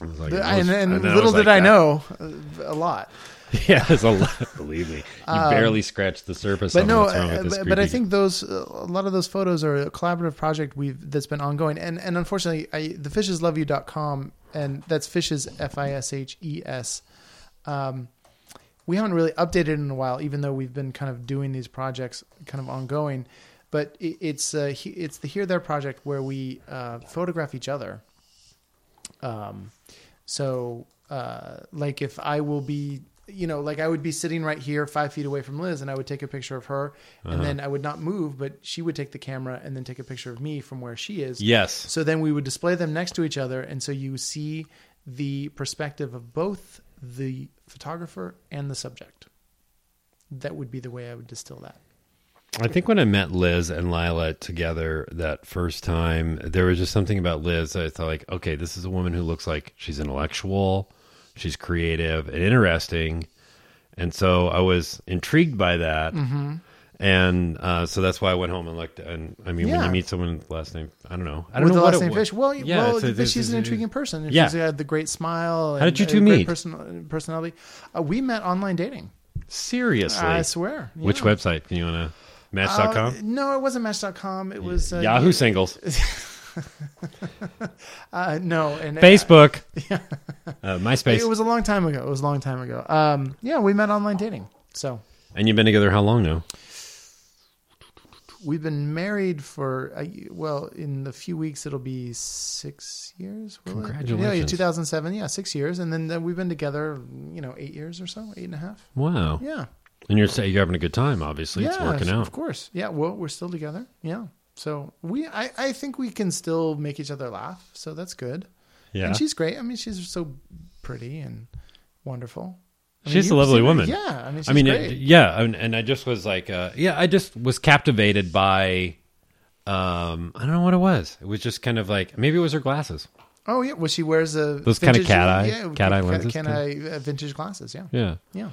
S1: I was like,
S2: the-
S1: I was-
S2: and, and,
S1: then I
S2: little
S1: was like,
S2: did I
S1: "Ah,
S2: know, uh, a lot.
S1: Yeah, there's a lot. Believe me, you barely scratched the surface.
S2: Um, But
S1: on
S2: no,
S1: what's wrong
S2: uh,
S1: with this
S2: but, but I
S1: creepy-
S2: think those uh, a lot of those photos are a collaborative project we've that's been ongoing. And and unfortunately, I, the fishesloveyou.com and that's fishes f i s h e s. Um, we haven't really updated in a while, even though we've been kind of doing these projects kind of ongoing. But it, it's uh, he, it's the here there project where we uh, photograph each other. Um, So, uh, like if I will be, you know, like I would be sitting right here, five feet away from Liz, and I would take a picture of her, and then I would not move, but she would take the camera and then take a picture of me from where she is.
S1: Yes.
S2: So then we would display them next to each other, and so you see the perspective of both the photographer and the subject. That would be the way I would distill that.
S1: I think when I met Liz and Lila together that first time, there was just something about Liz that I thought, like, okay, this is a woman who looks like she's intellectual, she's creative and interesting, and so I was intrigued by that,
S2: Mm-hmm.
S1: and uh, so that's why I went home and looked. And I mean, when
S2: Yeah.
S1: you meet someone with the last name, I don't know, I don't
S2: With
S1: know
S2: the
S1: what
S2: last
S1: it
S2: name
S1: was.
S2: Fish, well,
S1: Yeah,
S2: well,
S1: it's a-
S2: but
S1: this
S2: she's
S1: is
S2: an
S1: a-
S2: intriguing person. And
S1: Yeah.
S2: she's had the great smile. And
S1: did you
S2: a
S1: two
S2: great
S1: meet?
S2: person- personality. Uh, we met online dating.
S1: Seriously,
S2: I swear.
S1: which
S2: Uh, yeah.
S1: website? Do you want to
S2: Uh,
S1: match.com?
S2: no, it wasn't Match.com. It was uh,
S1: Yahoo singles,
S2: Uh, no, and
S1: Facebook, uh, MySpace,
S2: It was a long time ago. It was a long time ago. Um, yeah, we met online dating. So
S1: and you've been together how long now?
S2: we've been married for a, y- well, in the few weeks it'll be six years. will it? Yeah, yeah,
S1: Congratulations.
S2: 2007. Yeah, six years, and then, then we've been together, you know, eight years or so, eight and a half.
S1: Wow,
S2: Yeah,
S1: and you're saying you're having a good time. Obviously, it's
S2: yeah,
S1: working out.
S2: Of course. Yeah. Well, we're still together. Yeah. So we, I, I think we can still make each other laugh. So that's good.
S1: Yeah.
S2: And she's great. I mean, she's so pretty and wonderful. I mean,
S1: She's a
S2: you've
S1: lovely
S2: seen her.
S1: woman.
S2: Yeah. I mean, she's
S1: I mean,
S2: great.
S1: it, yeah, and, and I just was like, uh, yeah, I just was captivated by, um, I don't know what it was. It was just kind of like maybe it was her glasses.
S2: oh yeah. Well, she wears a
S1: Those kinda
S2: vintage-
S1: cat eye-
S2: yeah,
S1: cat eye lenses,
S2: Cat eye uh, vintage glasses. Yeah.
S1: Yeah.
S2: Yeah.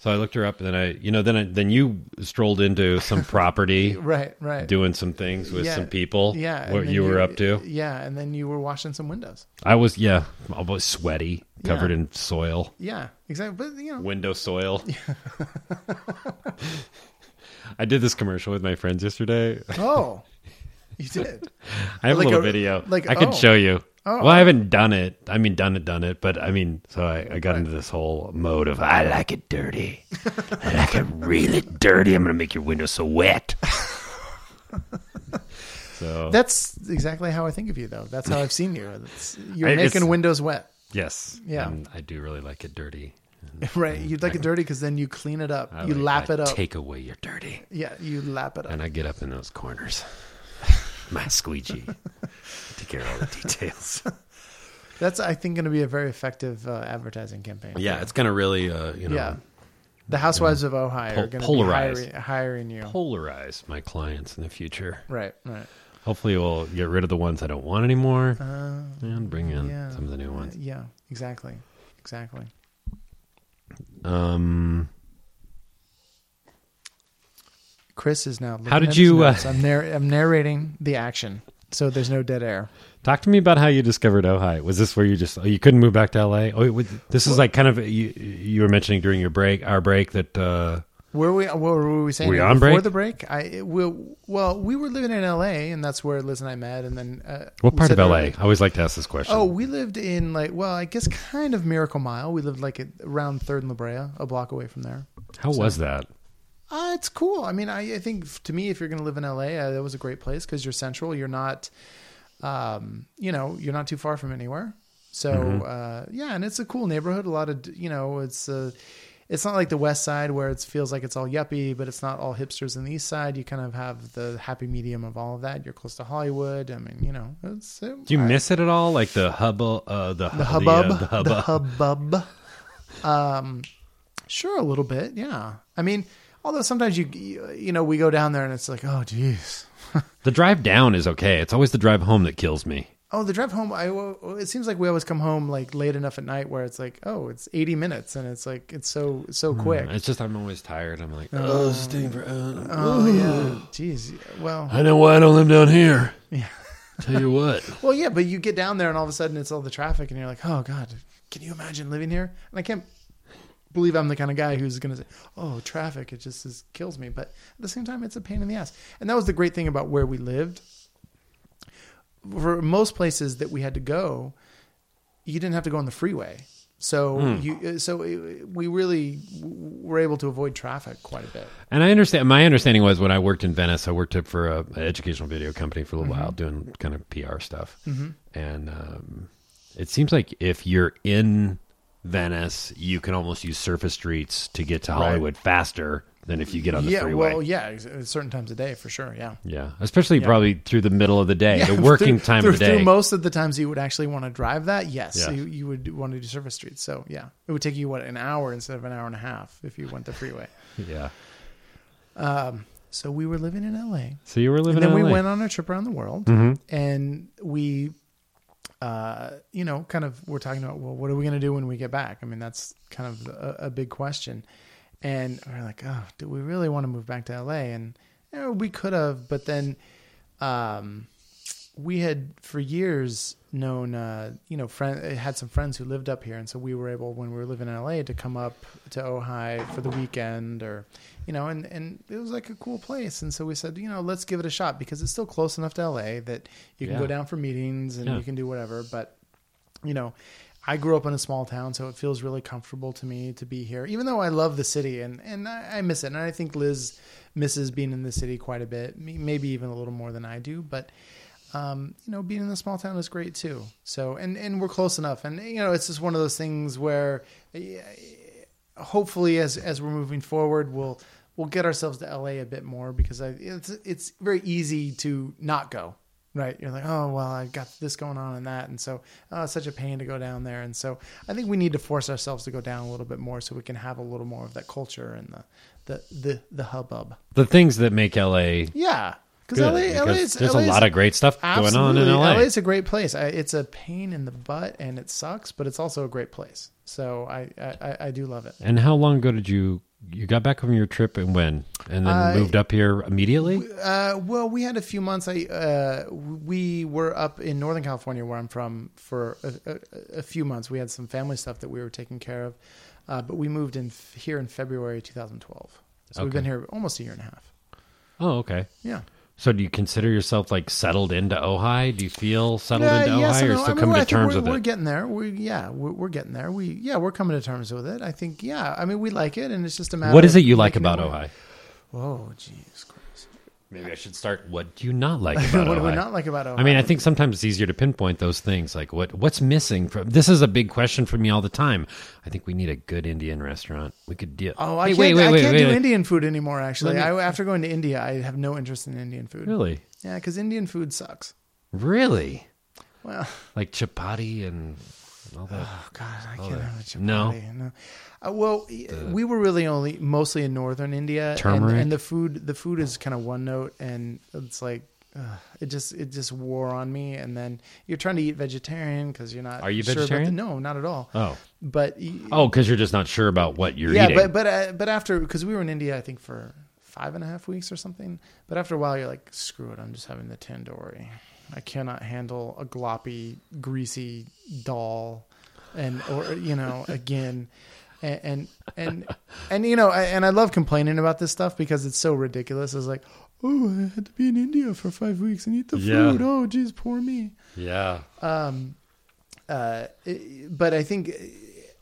S1: So I looked her up, and then I, you know, then I, then you strolled into some property,
S2: Right. Right.
S1: doing some things with
S2: Yeah.
S1: some people.
S2: yeah. and
S1: What
S2: then
S1: you were up to?
S2: Yeah. And then you were washing some windows.
S1: I was, yeah, I was sweaty, covered
S2: Yeah.
S1: in soil,
S2: Yeah. Exactly. But you know.
S1: window soil. I did this commercial with my friends yesterday.
S2: Oh. You did.
S1: I have
S2: Like
S1: a little
S2: a-
S1: video.
S2: like-
S1: I can
S2: oh.
S1: show you.
S2: Oh.
S1: Well, I haven't done it. I mean, done it, done it. But I mean, so I, I got into this whole mode of I like it dirty. I like it really dirty. I'm gonna make your window so wet. so
S2: That's exactly how I think of you, though. That's how I've seen you. It's, you're
S1: I- it's-
S2: making windows wet,
S1: yes,
S2: Yeah.
S1: um, I do really like it dirty.
S2: right? You'd like it dirty because then you clean it up,
S1: I
S2: you
S1: like-
S2: lap
S1: I
S2: it up.
S1: Take away your dirty,
S2: yeah, you lap it up.
S1: and I get up in those corners. My squeegee. Take care of all the details.
S2: That's I think going to be a very effective uh, advertising campaign.
S1: yeah, it's gonna really, uh, you know,
S2: yeah. The Housewives of Ohio
S1: Pol-
S2: are going to be
S1: polarize.
S2: hiring, hiring you.
S1: polarize my clients in the future.
S2: right, right.
S1: Hopefully, we'll get rid of the ones I don't want anymore
S2: Uh,
S1: and bring in
S2: yeah.
S1: some of the new ones.
S2: Uh, yeah, exactly, exactly.
S1: Um,
S2: Chris is now. looking
S1: How did
S2: at his
S1: you, uh,
S2: notes. I'm, narr- I'm narrating the action, so there's no dead air.
S1: talk to me about how you discovered Ojai. Was this where you just oh, you couldn't move back to LA? Oh, it was, this is like kind of you. You were mentioning during your break, our break, that uh,
S2: Were we? What were we saying?
S1: Were you on
S2: before
S1: break?
S2: the break? I it, we, well, we were living in L.A. and that's where Liz and I met. And then uh,
S1: what
S2: we
S1: part
S2: said
S1: of LA?
S2: earlier-
S1: I always like to ask this question.
S2: Oh, we lived in like well, I guess kind of Miracle Mile. We lived like at, around Third and La Brea, a block away from there.
S1: how was that?
S2: Uh, it's cool. I mean, I, I think f- to me, if you're going to live in LA, uh, that was a great place because you're central. You're not, um, you know, you're not too far from anywhere. So uh, yeah, and it's a cool neighborhood. A lot of d- you know, it's uh, it's not like the West Side where it feels like it's all yuppie, but it's not all hipsters in the East Side. You kind of have the happy medium of all of that. You're close to Hollywood. I mean, you know, it's uh,
S1: Do you
S2: I-
S1: miss it at all? Like the hubbub, uh, the,
S2: the hubbub,
S1: the, uh, the hubbub.
S2: hubbub. Um, sure, a little bit, yeah. I mean, although sometimes you, you know, we go down there and it's like, oh, geez.
S1: The drive down is okay. It's always the drive home that kills me.
S2: Oh, the drive home. I it seems like we always come home like late enough at night where it's like, oh, it's eighty minutes, and it's like it's so
S1: Hmm,
S2: so quick.
S1: It's just I'm always tired. I'm like, oh, this thing for. Uh,
S2: Oh yeah, geez. Well,
S1: I know why I don't live down here.
S2: Yeah.
S1: Tell you what.
S2: well, yeah. But you get down there and all of a sudden it's all the traffic, and you're like, oh god, can you imagine living here? And I can't believe I'm the kind of guy who's going to say, "Oh, traffic, it just is, kills me." But at the same time, it's a pain in the ass. And that was the great thing about where we lived. For most places that we had to go, you didn't have to go on the freeway. So
S1: Hmm.
S2: you uh, so it, we really w- were able to avoid traffic quite a bit.
S1: And I understand. My understanding was when I worked in Venice, I worked up for a,
S2: Mm-hmm.
S1: an educational video company for a little while, doing kind of PR stuff. And um, It seems like if you're in Venice, you can almost use surface streets to get to Hollywood faster than if you get on the
S2: yeah,
S1: freeway.
S2: well, yeah, ex- at certain times of day for sure. Yeah.
S1: yeah, especially probably through the middle of the day, the working
S2: Through-
S1: time
S2: through,
S1: of the day.
S2: Through most of the times you would actually want to drive that, yes,
S1: Yeah.
S2: you, you would want to do surface streets. So yeah, it would take you what an hour instead of an hour and a half if you went the freeway.
S1: yeah.
S2: so we were living in L.A.
S1: So you were living
S2: and then
S1: in Mm-hmm.
S2: we
S1: LA.
S2: went on a trip around the world and we uh you know kind of we're talking about well what are we going to do when we get back i mean that's kind of a, a big question and we're like oh do we really want to move back to la and you know, we could have but then um we had for years known uh you know friend had some friends who lived up here and so we were able when we were living in la to come up to ojai for the weekend or you know and and it was like a cool place and so we said you know let's give it a shot because it's still close enough to la that you can
S1: Yeah.
S2: go down for meetings and
S1: Yeah.
S2: you can do whatever but you know i grew up in a small town so it feels really comfortable to me to be here even though i love the city and and i, I miss it and i think liz misses being in the city quite a bit may- maybe even a little more than i do but um, you know, being in the small town is great too. So, and and we're close enough, and you know, it's just one of those things where, eh, hopefully, as as we're moving forward, we'll we'll get ourselves to LA a bit more because I it's it's very easy to not go. Right, you're like, oh well, I got this going on and that, and so oh, it's such a pain to go down there, and so I think we need to force ourselves to go down a little bit more so we can have a little more of that culture and the the the, the hubbub.
S1: the things that make LA
S2: Yeah, because
S1: good.
S2: LA, LA
S1: because
S2: is
S1: there's
S2: LA
S1: a
S2: is-
S1: lot of great stuff going on in LA.
S2: LA is a great place. I, it's a pain in the butt and it sucks, but it's also a great place. So I I, I- I do love it.
S1: And how long ago did you you got back from your trip and when? And then
S2: I-
S1: moved up here immediately?
S2: Uh, well, we had a few months. I uh, we were up in Northern California, where I'm from, for a, a, a few months. We had some family stuff that we were taking care of, uh, but we moved in f- here in February 2012. So we've
S1: Okay.
S2: been here almost a year and a half.
S1: oh, okay.
S2: Yeah.
S1: So do you consider yourself like settled into Ojai? Do you feel settled
S2: Yeah,
S1: into
S2: yes
S1: Ojai
S2: and
S1: or
S2: no. I
S1: still
S2: mean,
S1: coming
S2: I
S1: to
S2: think
S1: terms
S2: we're,
S1: with
S2: We're
S1: it?
S2: getting there. We yeah, we're, we're getting there. We yeah, we're coming to terms with it. I think yeah. I mean, we like it, and it's just a matter.
S1: What is it
S2: of
S1: you like
S2: making
S1: about
S2: work.
S1: Ojai?
S2: Whoa, jeez, Christ.
S1: Maybe I should start. What do you not like about
S2: what do we
S1: Ojai?
S2: not like about Ohio?
S1: I mean, I think sometimes it's easier to pinpoint those things. Like, what what's missing from this is a big question for me all the time. I think we need a good Indian restaurant. We could deal.
S2: oh, I
S1: Hey,
S2: can't,
S1: wait, wait,
S2: I
S1: wait,
S2: can't
S1: wait,
S2: do
S1: wait.
S2: Indian food anymore. Actually,
S1: Let me-
S2: I, after going to India, I have no interest in Indian food.
S1: Really,
S2: Yeah, because Indian food sucks.
S1: really,
S2: Well,
S1: like chapati and all that.
S2: oh god, I can't have a chapati.
S1: No.
S2: no. Uh, well, we were really only mostly in northern India, and,
S1: Turmeric?
S2: and the food the food is kind of one note, and it's like. Uh, it just it just wore on me, and then you're trying to eat vegetarian because you're not.
S1: Are you
S2: sure about the-
S1: vegetarian?
S2: no, not at all.
S1: Oh,
S2: But y-
S1: Oh, because you're just not sure about what you're
S2: yeah,
S1: eating.
S2: but but uh, but after because we were in India, I think for five and a half weeks or something. But after a while, you're like, screw it, I'm just having the tandoori. I cannot handle a gloppy, greasy dal, and or you know again. And, and and and you know, I, and I love complaining about this stuff because it's so ridiculous. It's like, oh, I had to be in India for five weeks and eat the
S1: Yeah.
S2: food. Oh, geez, poor me
S1: yeah.
S2: uh, but I think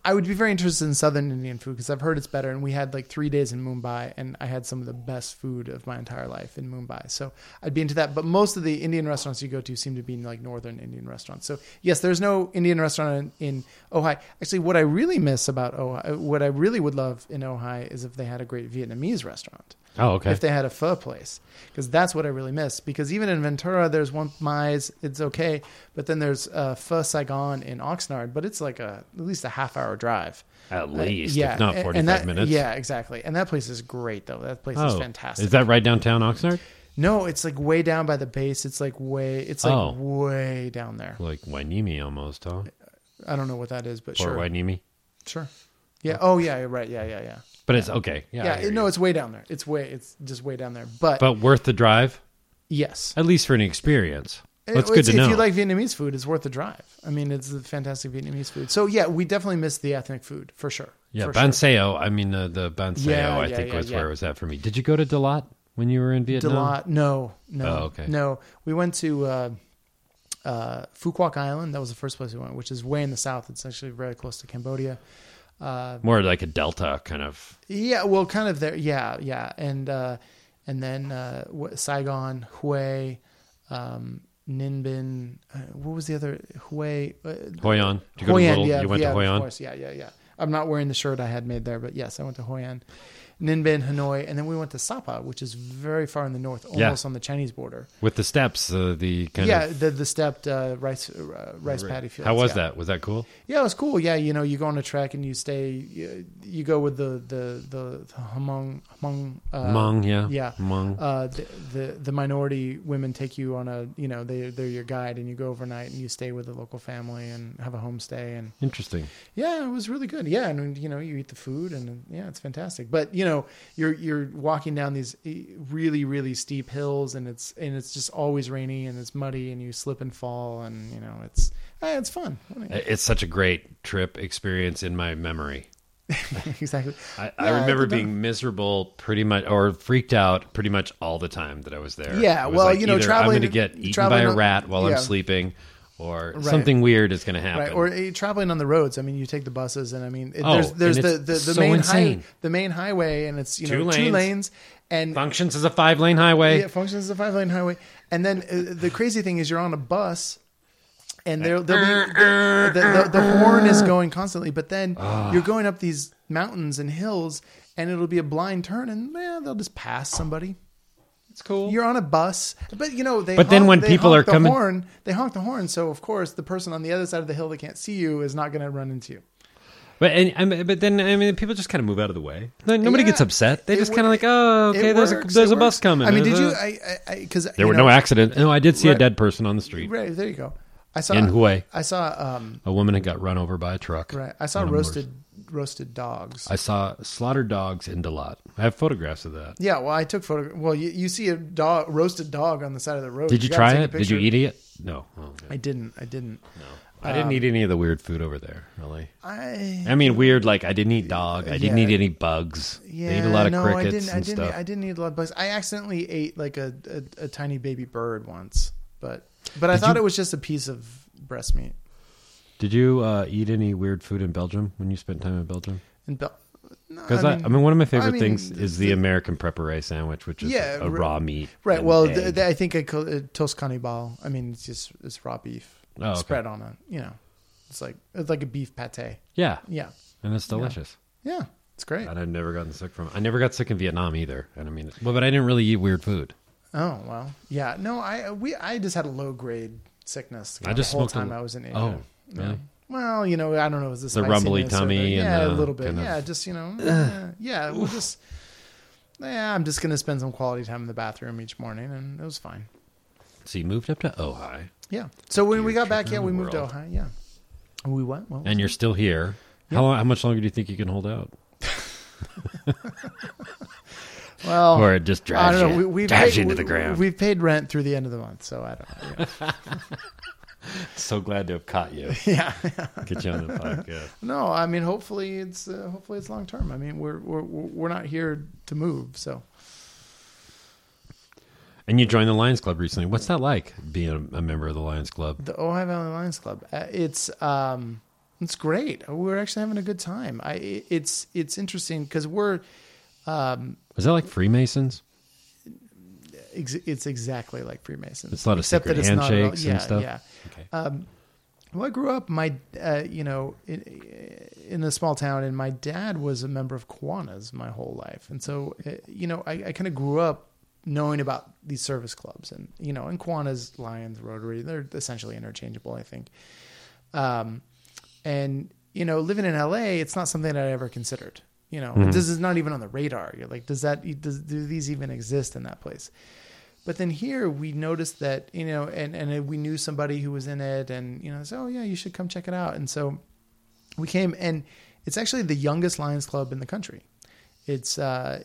S2: I would be very interested in Southern Indian food because I've heard it's better. And we had like three days in Mumbai, and I had some of the best food of my entire life in Mumbai. So I'd be into that. But most of the Indian restaurants you go to seem to be like Northern Indian restaurants. So yes, there's no Indian restaurant in, in Ojai. Actually, what I really miss about Ojai, what I really would love in Ojai, is if they had a great Vietnamese restaurant
S1: Oh, okay.
S2: if they had a pho place because that's what I really miss. Because even in Ventura, there's one Mize, it's okay, but then there's uh, pho Saigon in Oxnard, but it's like a at least a half hour drive.
S1: At
S2: Uh,
S1: least,
S2: yeah,
S1: if not
S2: a- and
S1: 45
S2: that-
S1: minutes.
S2: Yeah, exactly. And that place is great though. That place is
S1: Oh,
S2: fantastic.
S1: Is that right downtown Oxnard?
S2: no? It's like way down by the base. It's like way. It's like
S1: Oh.
S2: way down there.
S1: Like Wainimi almost, huh?
S2: I don't know what that is, but
S1: Or
S2: sure,
S1: Wainimi.
S2: sure. Yeah. Oh yeah. you're Right. Yeah. Yeah. Yeah.
S1: But it's okay. Yeah. I
S2: Yeah.
S1: hear
S2: no,
S1: you.
S2: it's way down there. It's way. It's just way down there. But,
S1: But worth the drive,
S2: yes,
S1: at least for an experience. That's
S2: It's-
S1: good to know.
S2: If you like Vietnamese food, it's worth the drive. I mean, it's the fantastic Vietnamese food. So yeah, we definitely miss the ethnic food for sure.
S1: yeah,
S2: for
S1: Banseo. I mean, uh, the Banseo,
S2: Yeah,
S1: I
S2: yeah,
S1: think,
S2: yeah,
S1: was
S2: yeah.
S1: where it was at for me. Did you go to Dalat when you were in
S2: Sure.
S1: Vietnam?
S2: Dalat, no, no,
S1: Oh, okay.
S2: no. We went to uh, uh, Phu Quoc Island. That was the first place we went, which is way in the south. It's actually very close to Cambodia. Uh,
S1: More like a delta kind of.
S2: Yeah, well, kind of there. Yeah, yeah, and uh, and then uh, wh- Saigon, Hue, um, Ninbin. Uh, what was the other Hui? Uh,
S1: Hoi An. Did you go
S2: Hoi
S1: to
S2: An,
S1: Little,
S2: yeah,
S1: you went
S2: yeah,
S1: to Hoi
S2: of
S1: An?
S2: course, yeah, yeah, yeah. I'm not wearing the shirt I had made there, but yes, I went to Hoi An, Ninbin, Hanoi, and then we went to Sapa, which is very far in the north,
S1: Yeah.
S2: almost on the Chinese border.
S1: with the steps, uh, the kind
S2: yeah,
S1: of.
S2: the the stepped uh, rice uh, rice paddy fields.
S1: How was
S2: yeah.
S1: that? Was that cool?
S2: Yeah, it was cool. Yeah, you know, you go on a trek and you stay. You, you go with the the the, the Hmong Hmong uh,
S1: Hmong, yeah.
S2: yeah.
S1: Hmong.
S2: Uh, the, the the minority women take you on a you know they they're your guide and you go overnight and you stay with the local family and have a homestay and
S1: Interesting.
S2: yeah it was really good yeah and you know you eat the food and yeah it's fantastic but you know you're you're walking down these eh, really really steep hills and it's and it's just always rainy and it's muddy and you slip and fall and you know it's eh, it's fun
S1: It's such a great trip experience in my memory.
S2: exactly
S1: I,
S2: Yeah,
S1: I remember
S2: don't know.
S1: being miserable pretty much or freaked out pretty much all the time that I was there.
S2: Yeah,
S1: It was
S2: well, you know,
S1: either I'm
S2: traveling-
S1: going to get eaten by
S2: traveling
S1: a
S2: on-
S1: rat while
S2: yeah.
S1: I'm sleeping or
S2: Right.
S1: something weird is going to happen.
S2: Right, or uh, traveling on the roads. I mean, you take the buses, and I mean, it,
S1: Oh,
S2: there's there's
S1: and
S2: the
S1: it's
S2: the, the
S1: so
S2: main
S1: insane.
S2: high, the main highway, and it's you
S1: Two
S2: know
S1: lanes.
S2: two lanes, and
S1: Functions as a five lane highway.
S2: yeah, it functions as a five lane highway. And then uh, the crazy thing is, you're on a bus, and there there'll be the, the, the horn is going constantly, but then
S1: Ah.
S2: you're going up these mountains and hills, and it'll be a blind turn, and man, they'll just pass somebody.
S1: It's cool.
S2: You're on a bus, but you know they.
S1: But then
S2: honk-
S1: when
S2: they
S1: people
S2: honk
S1: are
S2: the
S1: coming-
S2: horn, they honk the horn. So of course, the person on the other side of the hill that can't see you is not going to run into you.
S1: But and I mean, but then I mean, people just kind of move out of the way. No- Nobody
S2: Yeah.
S1: gets upset. They
S2: It
S1: just
S2: wor-
S1: kind of like, oh,
S2: It
S1: okay, there's a
S2: works,
S1: there's a
S2: it
S1: bus
S2: works.
S1: coming.
S2: I mean,
S1: There's
S2: did you?
S1: a-
S2: I because
S1: There were no accidents. No, I did see a
S2: Right.
S1: dead person on the street.
S2: Right there you go. I saw
S1: In Hue.
S2: I saw um
S1: A woman had got run over by a truck.
S2: right. I saw
S1: on a
S2: roasted roasted dogs.
S1: I saw slaughtered dogs in Dalat. I have photographs of that.
S2: yeah, well, I took photo. Well, you, you see a dog roasted dog on the side of the road.
S1: Did you,
S2: gotta
S1: try
S2: take a
S1: it? Did you
S2: picture. Uh,
S1: eat it? No. Oh, okay.
S2: I didn't. I didn't.
S1: I didn't eat any of the weird food over there, really.
S2: I
S1: I mean, weird, like I didn't eat dog. I didn't
S2: Yeah.
S1: eat any bugs.
S2: yeah.
S1: they ate a lot of
S2: no,
S1: crickets
S2: I didn't.
S1: and
S2: I didn't.
S1: stuff.
S2: I didn't eat a lot of bugs. I accidentally ate like a a, a tiny baby bird once, but but I
S1: Did
S2: thought
S1: you-
S2: it was just a piece of breast meat.
S1: Did you uh, eat any weird food in Belgium when you spent time in Belgium?
S2: And Bel- no,
S1: Because I, I, mean, one of my favorite
S2: mean,
S1: things
S2: the-
S1: is the, American pepperoni sandwich, which is
S2: Yeah,
S1: a
S2: r-
S1: raw meat.
S2: Right.
S1: and
S2: Well,
S1: egg.
S2: th th I think I call it toast cannibal. I mean, it's just it's raw beef
S1: Oh, okay.
S2: spread on a you know, it's like it's like a beef pate.
S1: yeah,
S2: Yeah,
S1: and it's delicious.
S2: yeah, it's great.
S1: And I've never gotten sick from. it. I never got sick in Vietnam either. And I mean, well, but I didn't really eat weird food.
S2: Oh well, yeah. No, I uh, we I just had a low grade sickness.
S1: I just
S2: the whole
S1: smoked a
S2: time
S1: l-
S2: I was in Asia.
S1: Oh,
S2: Yeah.
S1: really?
S2: Well, you know, I don't know. It was this
S1: The rumbly tummy and
S2: yeah,
S1: the
S2: a little bit.
S1: kind of-
S2: yeah, just you know, eh, yeah. We'll just yeah. I'm just gonna spend some quality time in the bathroom each morning, and it was fine.
S1: So you moved up to Ojai,
S2: Yeah. So when we
S1: Dear
S2: got back,
S1: trip
S2: yeah,
S1: around
S2: we
S1: the
S2: moved to
S1: world.
S2: Ohio. Yeah. We went. Well,
S1: and you're still here. How long, how much longer do you think you can hold out?
S2: well
S1: Or it just
S2: Oh, I
S1: drives
S2: don't know.
S1: you,
S2: We, we've
S1: drives
S2: paid,
S1: you into the
S2: we-
S1: ground.
S2: We've paid rent through the end of the month, so I don't. know.
S1: so glad to have caught you.
S2: Yeah.
S1: Get you on the podcast.
S2: no, I mean, hopefully it's uh, hopefully it's long term. I mean, we're we're we're not here to move, so
S1: And you joined the Lions Club recently. What's that like being a, a member of the Lions Club?
S2: the Ohio Valley Lions Club. Uh, it's um, it's great. We're actually having a good time. I it- it's it's interesting because we're
S1: Is that like Freemasons?
S2: ex- it's exactly like Freemasons.
S1: It's a lot of secret
S2: not at all-
S1: handshakes and
S2: yeah,
S1: stuff.
S2: Yeah.
S1: Okay.
S2: Well, I grew up my uh, you know in, in a small town, and my dad was a member of Kiwanis my whole life, and so uh, you know I, I kind of grew up knowing about these service clubs, and you know, and Kiwanis, Lions, Rotary, they're essentially interchangeable, I think. Um, and you know, living in LA, it's not something that I ever considered. You know, this is not even on the radar. You're like, does that does do these even exist in that place? But then here we noticed that you know, and and we knew somebody who was in it, and you know, so oh yeah, you should come check it out. And so we came, and it's actually the youngest Lions Club in the country. It's uh,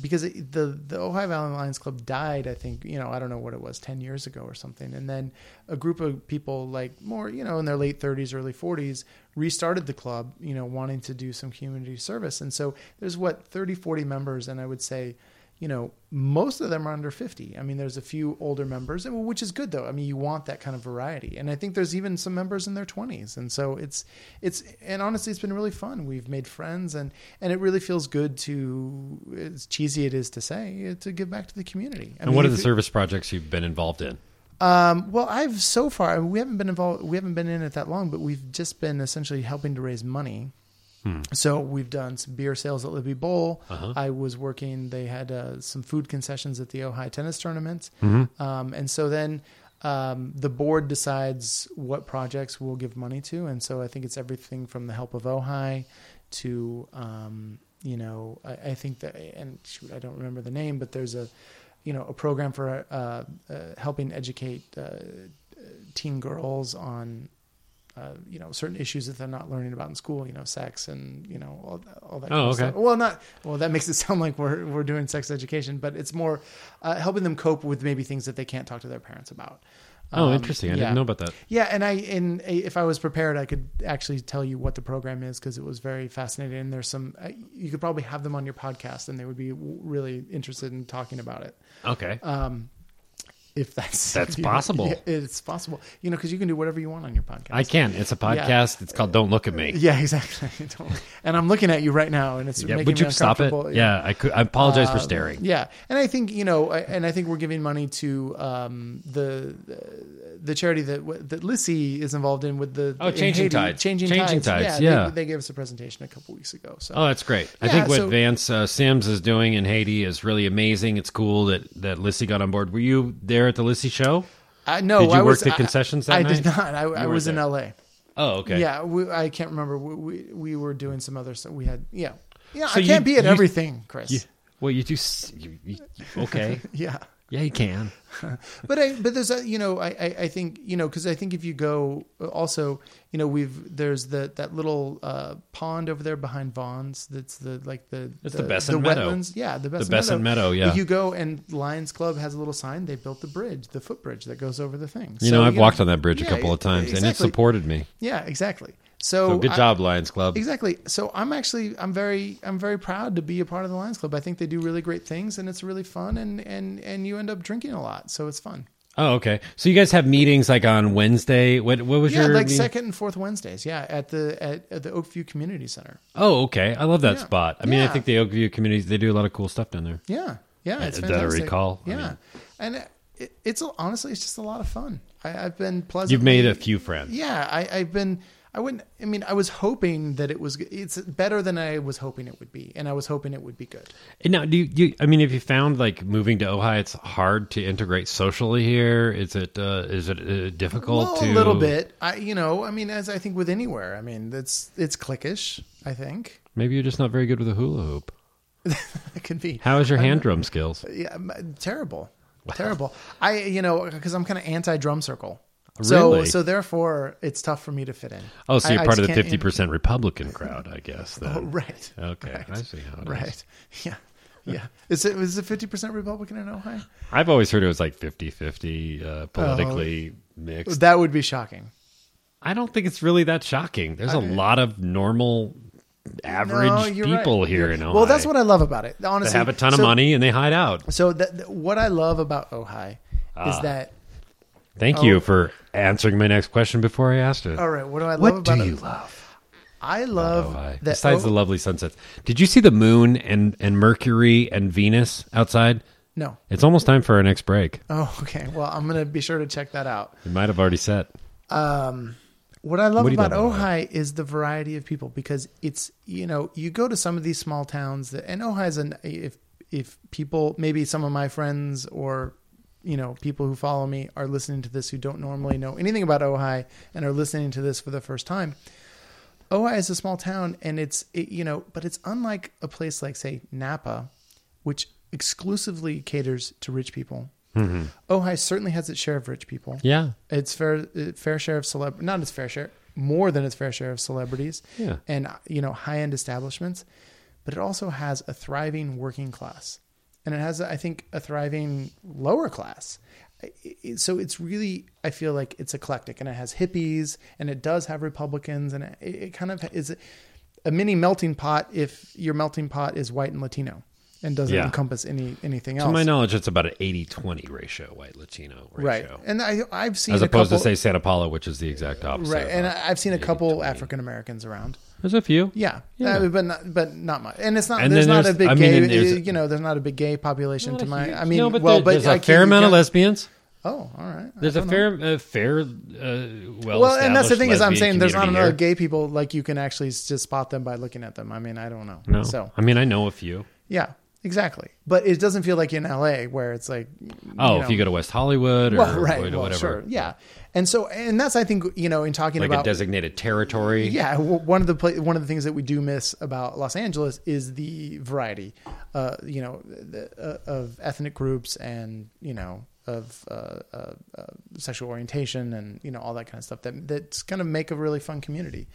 S2: because it, the the Ohio Valley Lions Club died, I think you know, I don't know what it was, ten years ago or something, and then a group of people like more you know in their late thirties, early forties, restarted the club, you know, wanting to do some community service, and so there's what 30, 40 members, and I would say you know, most of them are under 50. I mean, there's a few older members, and- which is good though. I mean, you want that kind of variety. And I think there's even some members in their 20s. And so it's it's and honestly, it's been really fun. We've made friends and and it really feels good to as cheesy it is to say, to give back to the community. I
S1: and what are
S2: if
S1: the
S2: you-
S1: service projects you've been involved in?
S2: Um, well, I've so far I mean, we haven't been involved. We haven't been in it that long, but we've just been essentially helping to raise money. So we've done some beer sales at Libby Bowl. I was working. They had uh, some food concessions at the Ojai tennis tournament, um, and so then um, the board decides what projects we'll give money to. And so I think it's everything from the help of Ojai to um, you know I, I think that and shoot I don't remember the name, but there's a you know a program for uh, uh, helping educate uh, teen girls on uh, you know certain issues that they're not learning about in school. You know, sex and you know all, all that.
S1: Oh,
S2: kind of
S1: okay.
S2: stuff. Well, not well. That makes it sound like we're we're doing sex education, but it's more uh, helping them cope with maybe things that they can't talk to their parents about.
S1: Oh,
S2: Um,
S1: interesting. I
S2: yeah.
S1: didn't know about that.
S2: Yeah, and I and if I was prepared, I could actually tell you what the program is because it was very fascinating. And there's some uh, you could probably have them on your podcast, and they would be w- really interested in talking about it
S1: Okay.
S2: Um, if that's
S1: That's
S2: if you-
S1: possible.
S2: Yeah, it's possible, you know, because you can do whatever you want on your podcast.
S1: I can. It's a podcast. It's called Don't Look at Me.
S2: yeah, exactly. Don't worry. and I'm looking at you right now, and it's
S1: Yeah,
S2: making
S1: would
S2: me
S1: you stop it?
S2: uncomfortable. Um,
S1: Yeah, I could. I apologize for staring.
S2: Yeah, and I think you know, I- and I think we're giving money to um, the the- the charity that that Lissy is involved in with the
S1: Oh,
S2: in
S1: Changing
S2: Haiti.
S1: Tides.
S2: changing,
S1: Changing Tides,
S2: they-
S1: yeah.
S2: they, gave us a presentation a couple weeks ago. So
S1: Oh, that's great. I
S2: Yeah,
S1: think what
S2: so-
S1: Vance uh, Sims is doing in Haiti is really amazing. It's cool that that Lissy got on board. Were you there at the Lissy show?
S2: I, no,
S1: Did you
S2: I
S1: work
S2: was,
S1: the
S2: I-
S1: concessions that
S2: I, did
S1: night?
S2: not. I, I
S1: were
S2: was in
S1: there.
S2: L.A.
S1: Oh, okay.
S2: Yeah, we, I can't remember. We, we we were doing some other stuff. We had yeah, yeah.
S1: So
S2: I can't
S1: you-
S2: be at
S1: you-
S2: everything, Chris.
S1: You- well, you do. s- You, you, okay.
S2: yeah.
S1: yeah, you can.
S2: but I, but there's a, you know, I, I, I think, you know, cause I think if you go uh, also, you know, we've, there's the, that little, uh, pond over there behind Vaughn's. That's the, like the,
S1: It's the Besson Meadow.
S2: wetlands. Yeah. The best,
S1: Besson Meadow, yeah.
S2: You go and Lions club has a little sign. They built the bridge, the footbridge that goes over the thing.
S1: You
S2: So,
S1: know, I've walked on that bridge a
S2: yeah,
S1: couple of times, and it
S2: exactly.
S1: supported me.
S2: Yeah, exactly. So,
S1: So good
S2: I-
S1: job, Lions Club.
S2: Exactly. So I'm actually I'm very I'm very proud to be a part of the Lions Club. I think they do really great things and it's really fun and and and you end up drinking a lot, so it's fun.
S1: Oh, okay. So you guys have meetings like on Wednesday. What what was
S2: Yeah,
S1: your
S2: like
S1: meeting?
S2: second and fourth Wednesdays. Yeah, at the at, at the Oakview Community Center.
S1: Oh, okay. I love that
S2: Yeah.
S1: spot. I mean, I
S2: Yeah.
S1: think the Oakview communities they do a lot of cool stuff down there.
S2: Yeah, yeah, it's
S1: That I
S2: fantastic.
S1: recall. I
S2: Yeah,
S1: mean-
S2: and it, it's honestly it's just a lot of fun. I, I've been pleasant.
S1: You've made a few friends.
S2: Yeah, I, I've been. I wouldn't. I mean, I was hoping that it was. It's better than I was hoping it would be, and I was hoping it would be good.
S1: And now, do you, do you? I mean, have you found like moving to Ohio, it's hard to integrate socially here? Is it uh, is it uh, difficult
S2: Well,
S1: to
S2: a little bit. I, you know, I mean, as I think with anywhere, I mean, that's it's cliquish. I think
S1: Maybe you're just not very good with a hula hoop.
S2: it could be.
S1: How is your hand drum skills?
S2: yeah, m- terrible, terrible. I, you know, because I'm kind of anti drum circle. So,
S1: Really?
S2: so therefore, it's tough for me to fit in.
S1: Oh, so
S2: I-
S1: you're
S2: I
S1: part of
S2: just
S1: the
S2: can't-
S1: fifty percent Republican crowd, I guess. Then.
S2: Oh, right.
S1: Okay, I see how it is.
S2: Right. Yeah. Yeah. Is it is it fifty percent Republican in Ohio?
S1: I've always heard it was like 50-50
S2: Oh,
S1: uh, politically mixed.
S2: That would be shocking.
S1: I don't think it's really that shocking. There's a
S2: Okay.
S1: lot of normal,
S2: No,
S1: average
S2: you're right.
S1: people here
S2: You're-
S1: in Ohio.
S2: Well, that's what I love about it. Honestly,
S1: they have a ton of
S2: So-
S1: money and they hide out.
S2: So that, that- what I love about Ohio
S1: Ah.
S2: is that.
S1: Thank you for answering my next question before I asked it.
S2: Oh. All right, what do I love
S1: what
S2: about
S1: do
S2: it?
S1: you love?
S2: I love
S1: Ohio?
S2: that.
S1: Besides
S2: oh,
S1: the lovely sunsets, did you see the moon and and Mercury and Venus outside?
S2: no.
S1: It's almost time for our next break.
S2: Oh, okay. Well, I'm gonna be sure to check that out.
S1: We might have already set.
S2: What I love
S1: What do you
S2: about
S1: love about
S2: Ojai is the variety of people because it's you know you go to some of these small towns that and Ojai's an if if people maybe some of my friends or you know people who follow me are listening to this who don't normally know anything about Ojai and are listening to this for the first time. Ojai is a small town and it's it, you know but it's unlike a place like say Napa, which exclusively caters to rich people.
S1: Mm-hmm.
S2: Ojai certainly has its share of rich people
S1: Yeah.
S2: its fair uh, fair share of celeb not its fair share more than its fair share of celebrities
S1: Yeah.
S2: and uh, you know high end establishments but it also has a thriving working class and it has i think a thriving lower class I- I- so it's really i feel like it's eclectic and it has hippies and it does have republicans and it, it kind of is a mini melting pot if your melting pot is white and latino and doesn't
S1: Yeah.
S2: encompass any anything else
S1: To my knowledge, it's about an 80-20 ratio, white Latino
S2: right
S1: ratio.
S2: and i i've seen
S1: As
S2: a
S1: opposed
S2: couple,
S1: to say Santa Paula, which is the exact opposite.
S2: right
S1: of
S2: and
S1: that.
S2: I- i've seen a couple african americans around
S1: there's a few.
S2: yeah,
S1: Yeah.
S2: Uh, but not, but not much and it's not
S1: And
S2: there's
S1: then
S2: not a
S1: there's-
S2: big
S1: I mean,
S2: gay
S1: and there's-
S2: you know there's not a big gay population
S1: Not
S2: to
S1: a
S2: my
S1: huge-
S2: i mean
S1: no, but
S2: well
S1: there-
S2: but
S1: there's
S2: I
S1: a
S2: can't-
S1: fair
S2: you
S1: amount of
S2: can't-
S1: lesbians.
S2: Oh, all right. I
S1: There's a
S2: don't know.
S1: fair, a fair, uh, well.
S2: Well, and that's the thing is, I'm
S1: lesbian
S2: saying there's not
S1: community
S2: enough
S1: here.
S2: gay people like you can actually s- just spot them by looking at them. I mean, I don't know.
S1: No,
S2: So
S1: I mean I know a few.
S2: yeah, exactly. But it doesn't feel like in L.A. where it's like.
S1: Oh, if
S2: you know,
S1: you go to West Hollywood or
S2: well, right,
S1: or
S2: well,
S1: whatever,
S2: sure, yeah, and so and that's I think you know in talking
S1: like a
S2: about
S1: designated territory.
S2: yeah w- one of the pla- one of the things that we do miss about Los Angeles is the variety, uh, you know, the, uh, of ethnic groups and you know of uh, uh, uh, sexual orientation and you know all that kind of stuff that that's kind of make a really fun community,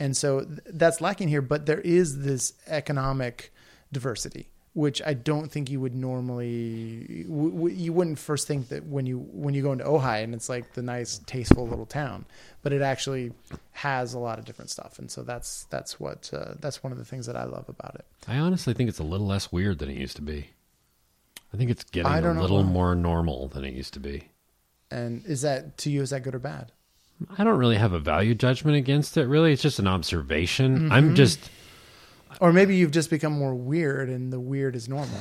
S2: and so th- that's lacking here. But there is this economic diversity. Which I don't think you would normally, w- w- you wouldn't first think that when you when you go into Ojai and it's like the nice, tasteful little town, but it actually has a lot of different stuff, and so that's that's what uh, that's one of the things that I love about it.
S1: I honestly think it's a little less weird than it used to be. I think it's getting
S2: I
S1: a
S2: don't know.
S1: little more normal than it used to be.
S2: And is that to you? Is that good or bad?
S1: I don't really have a value judgment against it. Really, it's just an observation.
S2: Mm-hmm.
S1: I'm just.
S2: Or maybe you've just become more weird, and the weird is normal.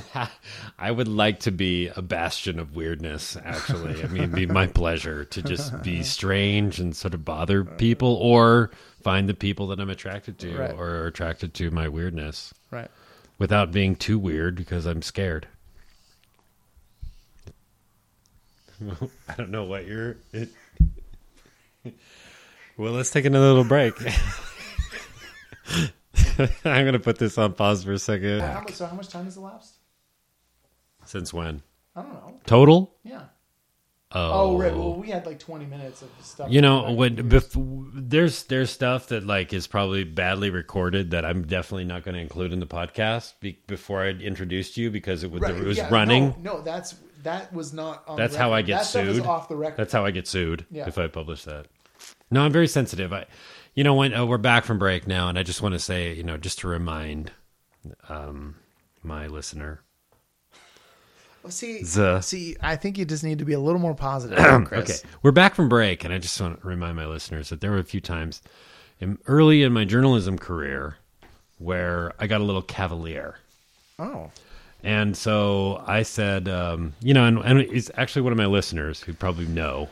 S1: I would like to be a bastion of weirdness, actually. I mean, it'd be my pleasure to just be strange and sort of bother people or find the people that I'm attracted to
S2: Right.
S1: or are attracted to my weirdness
S2: Right.
S1: without being too weird because I'm scared. I don't know what you're. It... Well, let's take another little break. I'm going to put this on pause for a second.
S2: How much, so how much time has elapsed?
S1: Since when?
S2: I don't know.
S1: Total?
S2: Yeah.
S1: Oh,
S2: Oh, right. Well, we had like twenty minutes of stuff.
S1: you know when bef- there's there's stuff that like is probably badly recorded that I'm definitely not going to include in the podcast be- before I introduced you because it was
S2: Right,
S1: it was
S2: yeah,
S1: running.
S2: No, no, that's that was not. On the
S1: That's how
S2: record.
S1: I get
S2: that
S1: sued.
S2: Stuff is off the record.
S1: That's how I get sued
S2: Yeah.
S1: if I publish that. No, I'm very sensitive. I, you know, when uh, we're back from break now, and I just want to say, you know, just to remind um, my listener,
S2: Well, see,
S1: The-
S2: see, I think you just need to be a little more positive, Chris.
S1: Okay, we're back from break, and I just want to remind my listeners that there were a few times in, early in my journalism career where I got a little cavalier.
S2: Oh,
S1: And so I said, um, you know, and, and it's actually one of my listeners who probably know.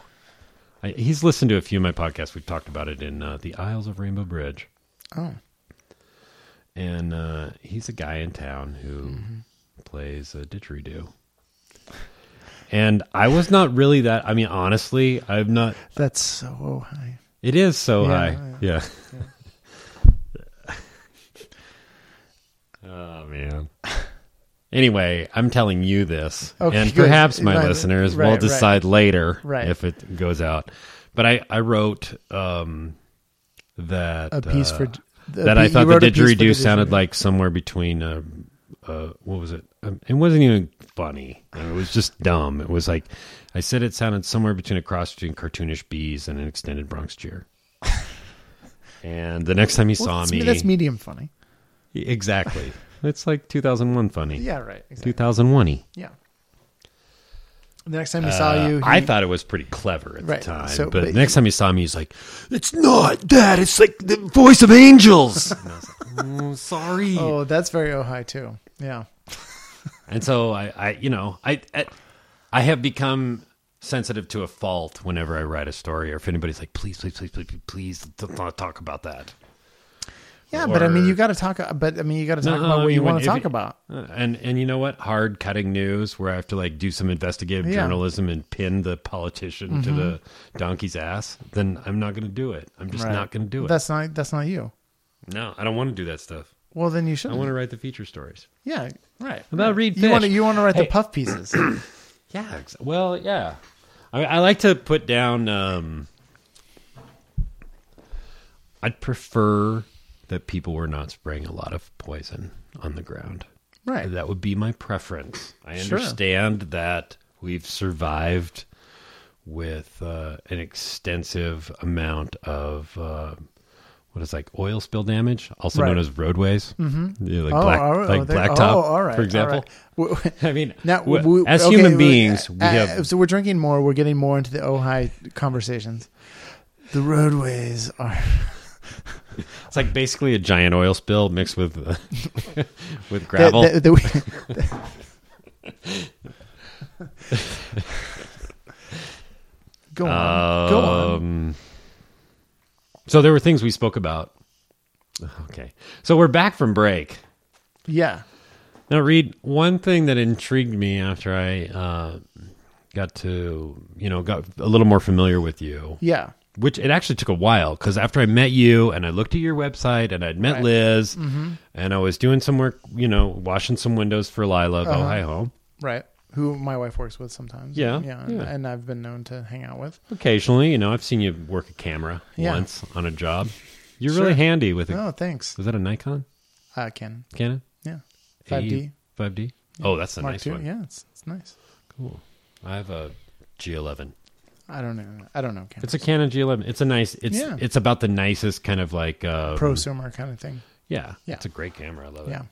S1: I, he's listened to a few of my podcasts. We've talked about it in uh, the Isles of Rainbow Bridge.
S2: oh,
S1: And uh, he's a guy in town who plays a didgeridoo. And I was not really that. I mean, honestly, I'm not.
S2: that's so Ohio.
S1: It is so
S2: Yeah,
S1: high. Yeah. oh man. Anyway, I'm telling you this,
S2: Okay,
S1: and
S2: good.
S1: perhaps my
S2: Right,
S1: listeners
S2: right,
S1: will
S2: right.
S1: decide later
S2: Right.
S1: if it goes out. But I, I wrote um, that
S2: A piece
S1: uh,
S2: for
S1: that I thought the didgeridoo sounded like somewhere between uh, uh, what was it? Um, it wasn't even funny. It was just dumb. It was like I said, it sounded somewhere between a cross between cartoonish bees and an extended Bronx cheer. and the next time he saw
S2: that's,
S1: me,
S2: That's medium funny.
S1: exactly. It's like 2001 funny.
S2: Yeah, right. Exactly.
S1: 2001 y.
S2: Yeah. The next time he saw you, he,
S1: Uh, I thought it was pretty clever at
S2: Right,
S1: the time,
S2: so-
S1: but,
S2: but-
S1: next time he saw me, he's like, "It's not that. It's like the voice of angels." and I was like, "Oh, "Sorry."
S2: oh, that's very Ojai too. Yeah.
S1: And so I, I you know, I, I, I have become sensitive to a fault whenever I write a story, or if anybody's like, please, please, please, please, please, please don't not talk about that.
S2: Yeah, but I mean,
S1: Or-
S2: you got to talk. But I mean, you got to talk
S1: No,
S2: about
S1: I
S2: what you
S1: mean, when-
S2: want to
S1: if
S2: talk
S1: it-
S2: about.
S1: Uh, And and you know what? Hard cutting news where I have to like do some investigative
S2: Yeah. Mm-hmm.
S1: journalism and pin the politician to the donkey's ass. Then I'm not going to do it. I'm just
S2: Right.
S1: not going to do it.
S2: That's not. That's not you.
S1: no, I don't want to do that stuff.
S2: Well, then you
S1: I
S2: should.
S1: want to write the feature stories.
S2: Yeah. Right.
S1: About
S2: right.
S1: Reed
S2: You want to.
S1: Fish.
S2: You want to write
S1: Hey.
S2: the puff pieces.
S1: Yeah. Ex- well, yeah. I, I like to put down. Um, I'd prefer that people were not spraying a lot of poison on the ground.
S2: right.
S1: That would be my preference. I
S2: Sure.
S1: understand that we've survived with uh, an extensive amount of. Uh, what is like oil spill damage, also known
S2: Right.
S1: as roadways, mm-hmm. yeah, like
S2: Oh,
S1: black,
S2: all right.
S1: like
S2: Oh, there-
S1: blacktop,
S2: oh, all right.
S1: for example.
S2: All right. W-
S1: I mean,
S2: Now,
S1: w-
S2: we-
S1: as
S2: okay,
S1: human
S2: we-
S1: beings, we
S2: uh,
S1: have
S2: So we're drinking more. We're getting more into the Ojai conversations. The roadways are.
S1: It's like basically a giant oil spill mixed with uh, with gravel.
S2: That- that- that we- Go on. Go on.
S1: Um, So there were things we spoke about. Okay. So we're back from break.
S2: Yeah.
S1: Now, Reed, one thing that intrigued me after I uh, got to, you know, got a little more familiar with you,
S2: Yeah.
S1: which it actually took a while because after I met you and I looked at your website and I'd met
S2: Right. Mm-hmm.
S1: Liz and I was doing some work, you know, washing some windows for Lila of
S2: Uh-huh.
S1: Ohio
S2: Right. Who my wife works with sometimes.
S1: Yeah,
S2: Yeah. And,
S1: yeah.
S2: and I've been known to hang out with.
S1: occasionally. You know, I've seen you work a camera
S2: Yeah.
S1: once on a job. You're really
S2: Sure.
S1: handy with it.
S2: Oh, thanks.
S1: Was that a Nikon
S2: Uh, Ken.
S1: Canon?
S2: Yeah. 5D.
S1: 5D? Oh, that's a
S2: Mark
S1: nice
S2: II.
S1: one.
S2: Yeah. It's, it's nice.
S1: Cool. I have a G11.
S2: I don't know. I don't know. Ken.
S1: It's a Canon G11. It's a nice. It's
S2: Yeah.
S1: it's about the nicest kind of like uh,
S2: prosumer kind of thing.
S1: Yeah,
S2: Yeah.
S1: it's a great camera. I love it.
S2: Yeah.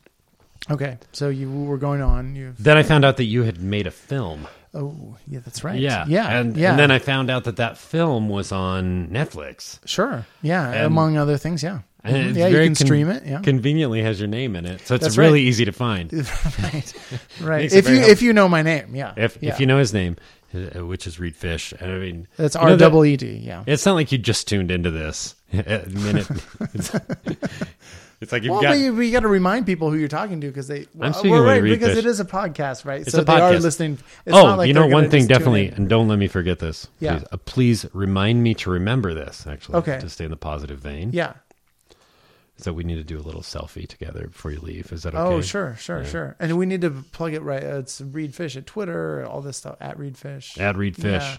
S2: Okay. So you were going on. You.
S1: Then I found out that you had made a film.
S2: Oh, yeah. That's right.
S1: Yeah,
S2: Yeah.
S1: and,
S2: yeah.
S1: and then I found out that that film was on Netflix.
S2: Sure. Yeah.
S1: And-
S2: among other things. Yeah.
S1: And
S2: Mhm.
S1: it's
S2: Yeah. You
S1: very
S2: can
S1: con-
S2: stream it. Yeah.
S1: Conveniently has your name in it, so it's
S2: That's
S1: really
S2: right.
S1: easy to find.
S2: right. Right.
S1: Makes it
S2: If
S1: very
S2: you
S1: helpful.
S2: if you know my name. Yeah.
S1: If
S2: yeah.
S1: if you know his name, uh, which is Reed Fish, and I mean
S2: That's
S1: you know
S2: R
S1: that-
S2: double E D. Yeah.
S1: It's not like you just tuned into this a minute. it's, it's like you've
S2: Well,
S1: got.
S2: we, we got to remind people who you're talking to because they. Well,
S1: speaking
S2: well,
S1: with
S2: right,
S1: Reed
S2: because
S1: Fish.
S2: it is a podcast, right?
S1: It's
S2: so
S1: a
S2: they are
S1: podcast.
S2: listening. It's
S1: oh,
S2: not like
S1: you know
S2: they're
S1: one
S2: gonna
S1: thing
S2: just tune
S1: definitely,
S2: in.
S1: and don't let me forget this.
S2: Yeah.
S1: Please, uh, please remind me to remember this. Actually,
S2: Okay.
S1: to stay in the positive vein.
S2: Yeah.
S1: So we need to do a little selfie together before you leave. Is that okay?
S2: Oh, sure, sure, sure. And we need to plug it right. Uh, It's Reed Fish at Twitter, all this stuff at Reed Fish.
S1: Add Reed Fish
S2: Yeah.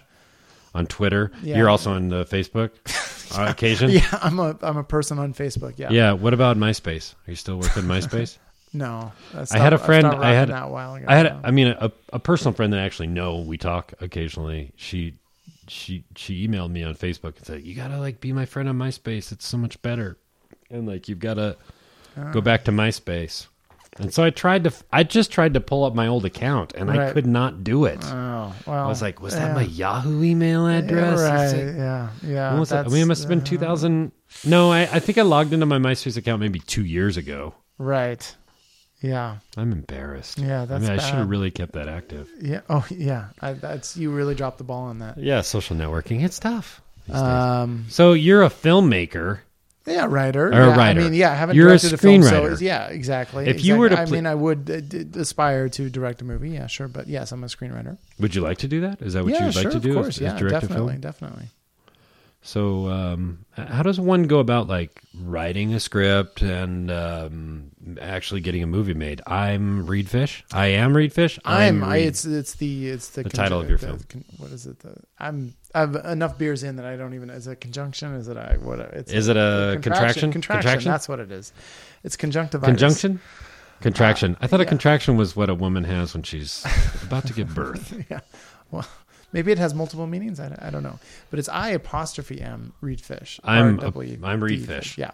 S1: on Twitter.
S2: Yeah.
S1: You're also on the Facebook on occasion.
S2: Yeah, I'm a I'm a person on Facebook. Yeah.
S1: Yeah, What about MySpace? Are you still working MySpace?
S2: No. that's
S1: I had
S2: not-
S1: a friend-
S2: that's not
S1: I had-
S2: rocking that a while ago.
S1: I had,
S2: no.
S1: I mean, a, a personal friend that I actually know. We talk occasionally. She, she, she emailed me on Facebook and said, "You gotta like be my friend on MySpace. It's so much better." And like, you've gotta
S2: Ah.
S1: go back to MySpace. And so I tried to, I just tried to pull up my old account, and I
S2: Right.
S1: could not do it.
S2: Oh well.
S1: I was like, "Was that my Yahoo email address?"
S2: Yeah,
S1: It's
S2: right.
S1: like,
S2: yeah. Yeah.
S1: When was that? I mean, it must have been
S2: uh,
S1: 2000. No, I, I think I logged into my MySpace account maybe two years ago.
S2: Right. Yeah.
S1: I'm embarrassed.
S2: Yeah, that's
S1: I mean, I should have
S2: bad.
S1: really kept that active.
S2: Yeah. Oh, yeah. I, that's you really dropped the ball on that.
S1: Yeah, social networking. It's tough. these days.
S2: Um.
S1: so you're a filmmaker.
S2: Yeah, writer.
S1: Or a
S2: yeah,
S1: writer.
S2: I mean, yeah, I haven't
S1: You're a
S2: directed a, film, so
S1: screenwriter.
S2: it's- yeah, exactly.
S1: If you were
S2: exactly.
S1: to pl-
S2: I mean, I would uh, d- aspire to direct a movie. Yeah, sure, but yes, I'm a screenwriter.
S1: Would you like to do that? Is that what
S2: yeah,
S1: you'd
S2: sure,
S1: like to do? is-
S2: of course.
S1: is,
S2: yeah,
S1: direct
S2: definitely,
S1: a film?
S2: definitely.
S1: So um, h- how does one go about like writing a script and um, actually getting a movie made? I'm Reed Fish. I am Reed Fish.
S2: I'm. I,
S1: Reed-
S2: it's it's the it's the,
S1: The title of your
S2: the
S1: film.
S2: con- what is it? The, I'm. I've enough beers in that I don't even. Is it conjunction? Is it I? What? It's
S1: Is it a contraction?
S2: Contraction.
S1: Contraction?
S2: That's what it is. It's conjunctivitis.
S1: Conjunction? Contraction. I thought a
S2: Uh, yeah.
S1: contraction was what a woman has when she's about to give birth.
S2: yeah. Well, maybe it has multiple meanings. I, I don't know. But it's I apostrophe M Reed Fish.
S1: I'm a-
S2: R-W-E-E-D.
S1: I'm Reed Fish.
S2: Yeah.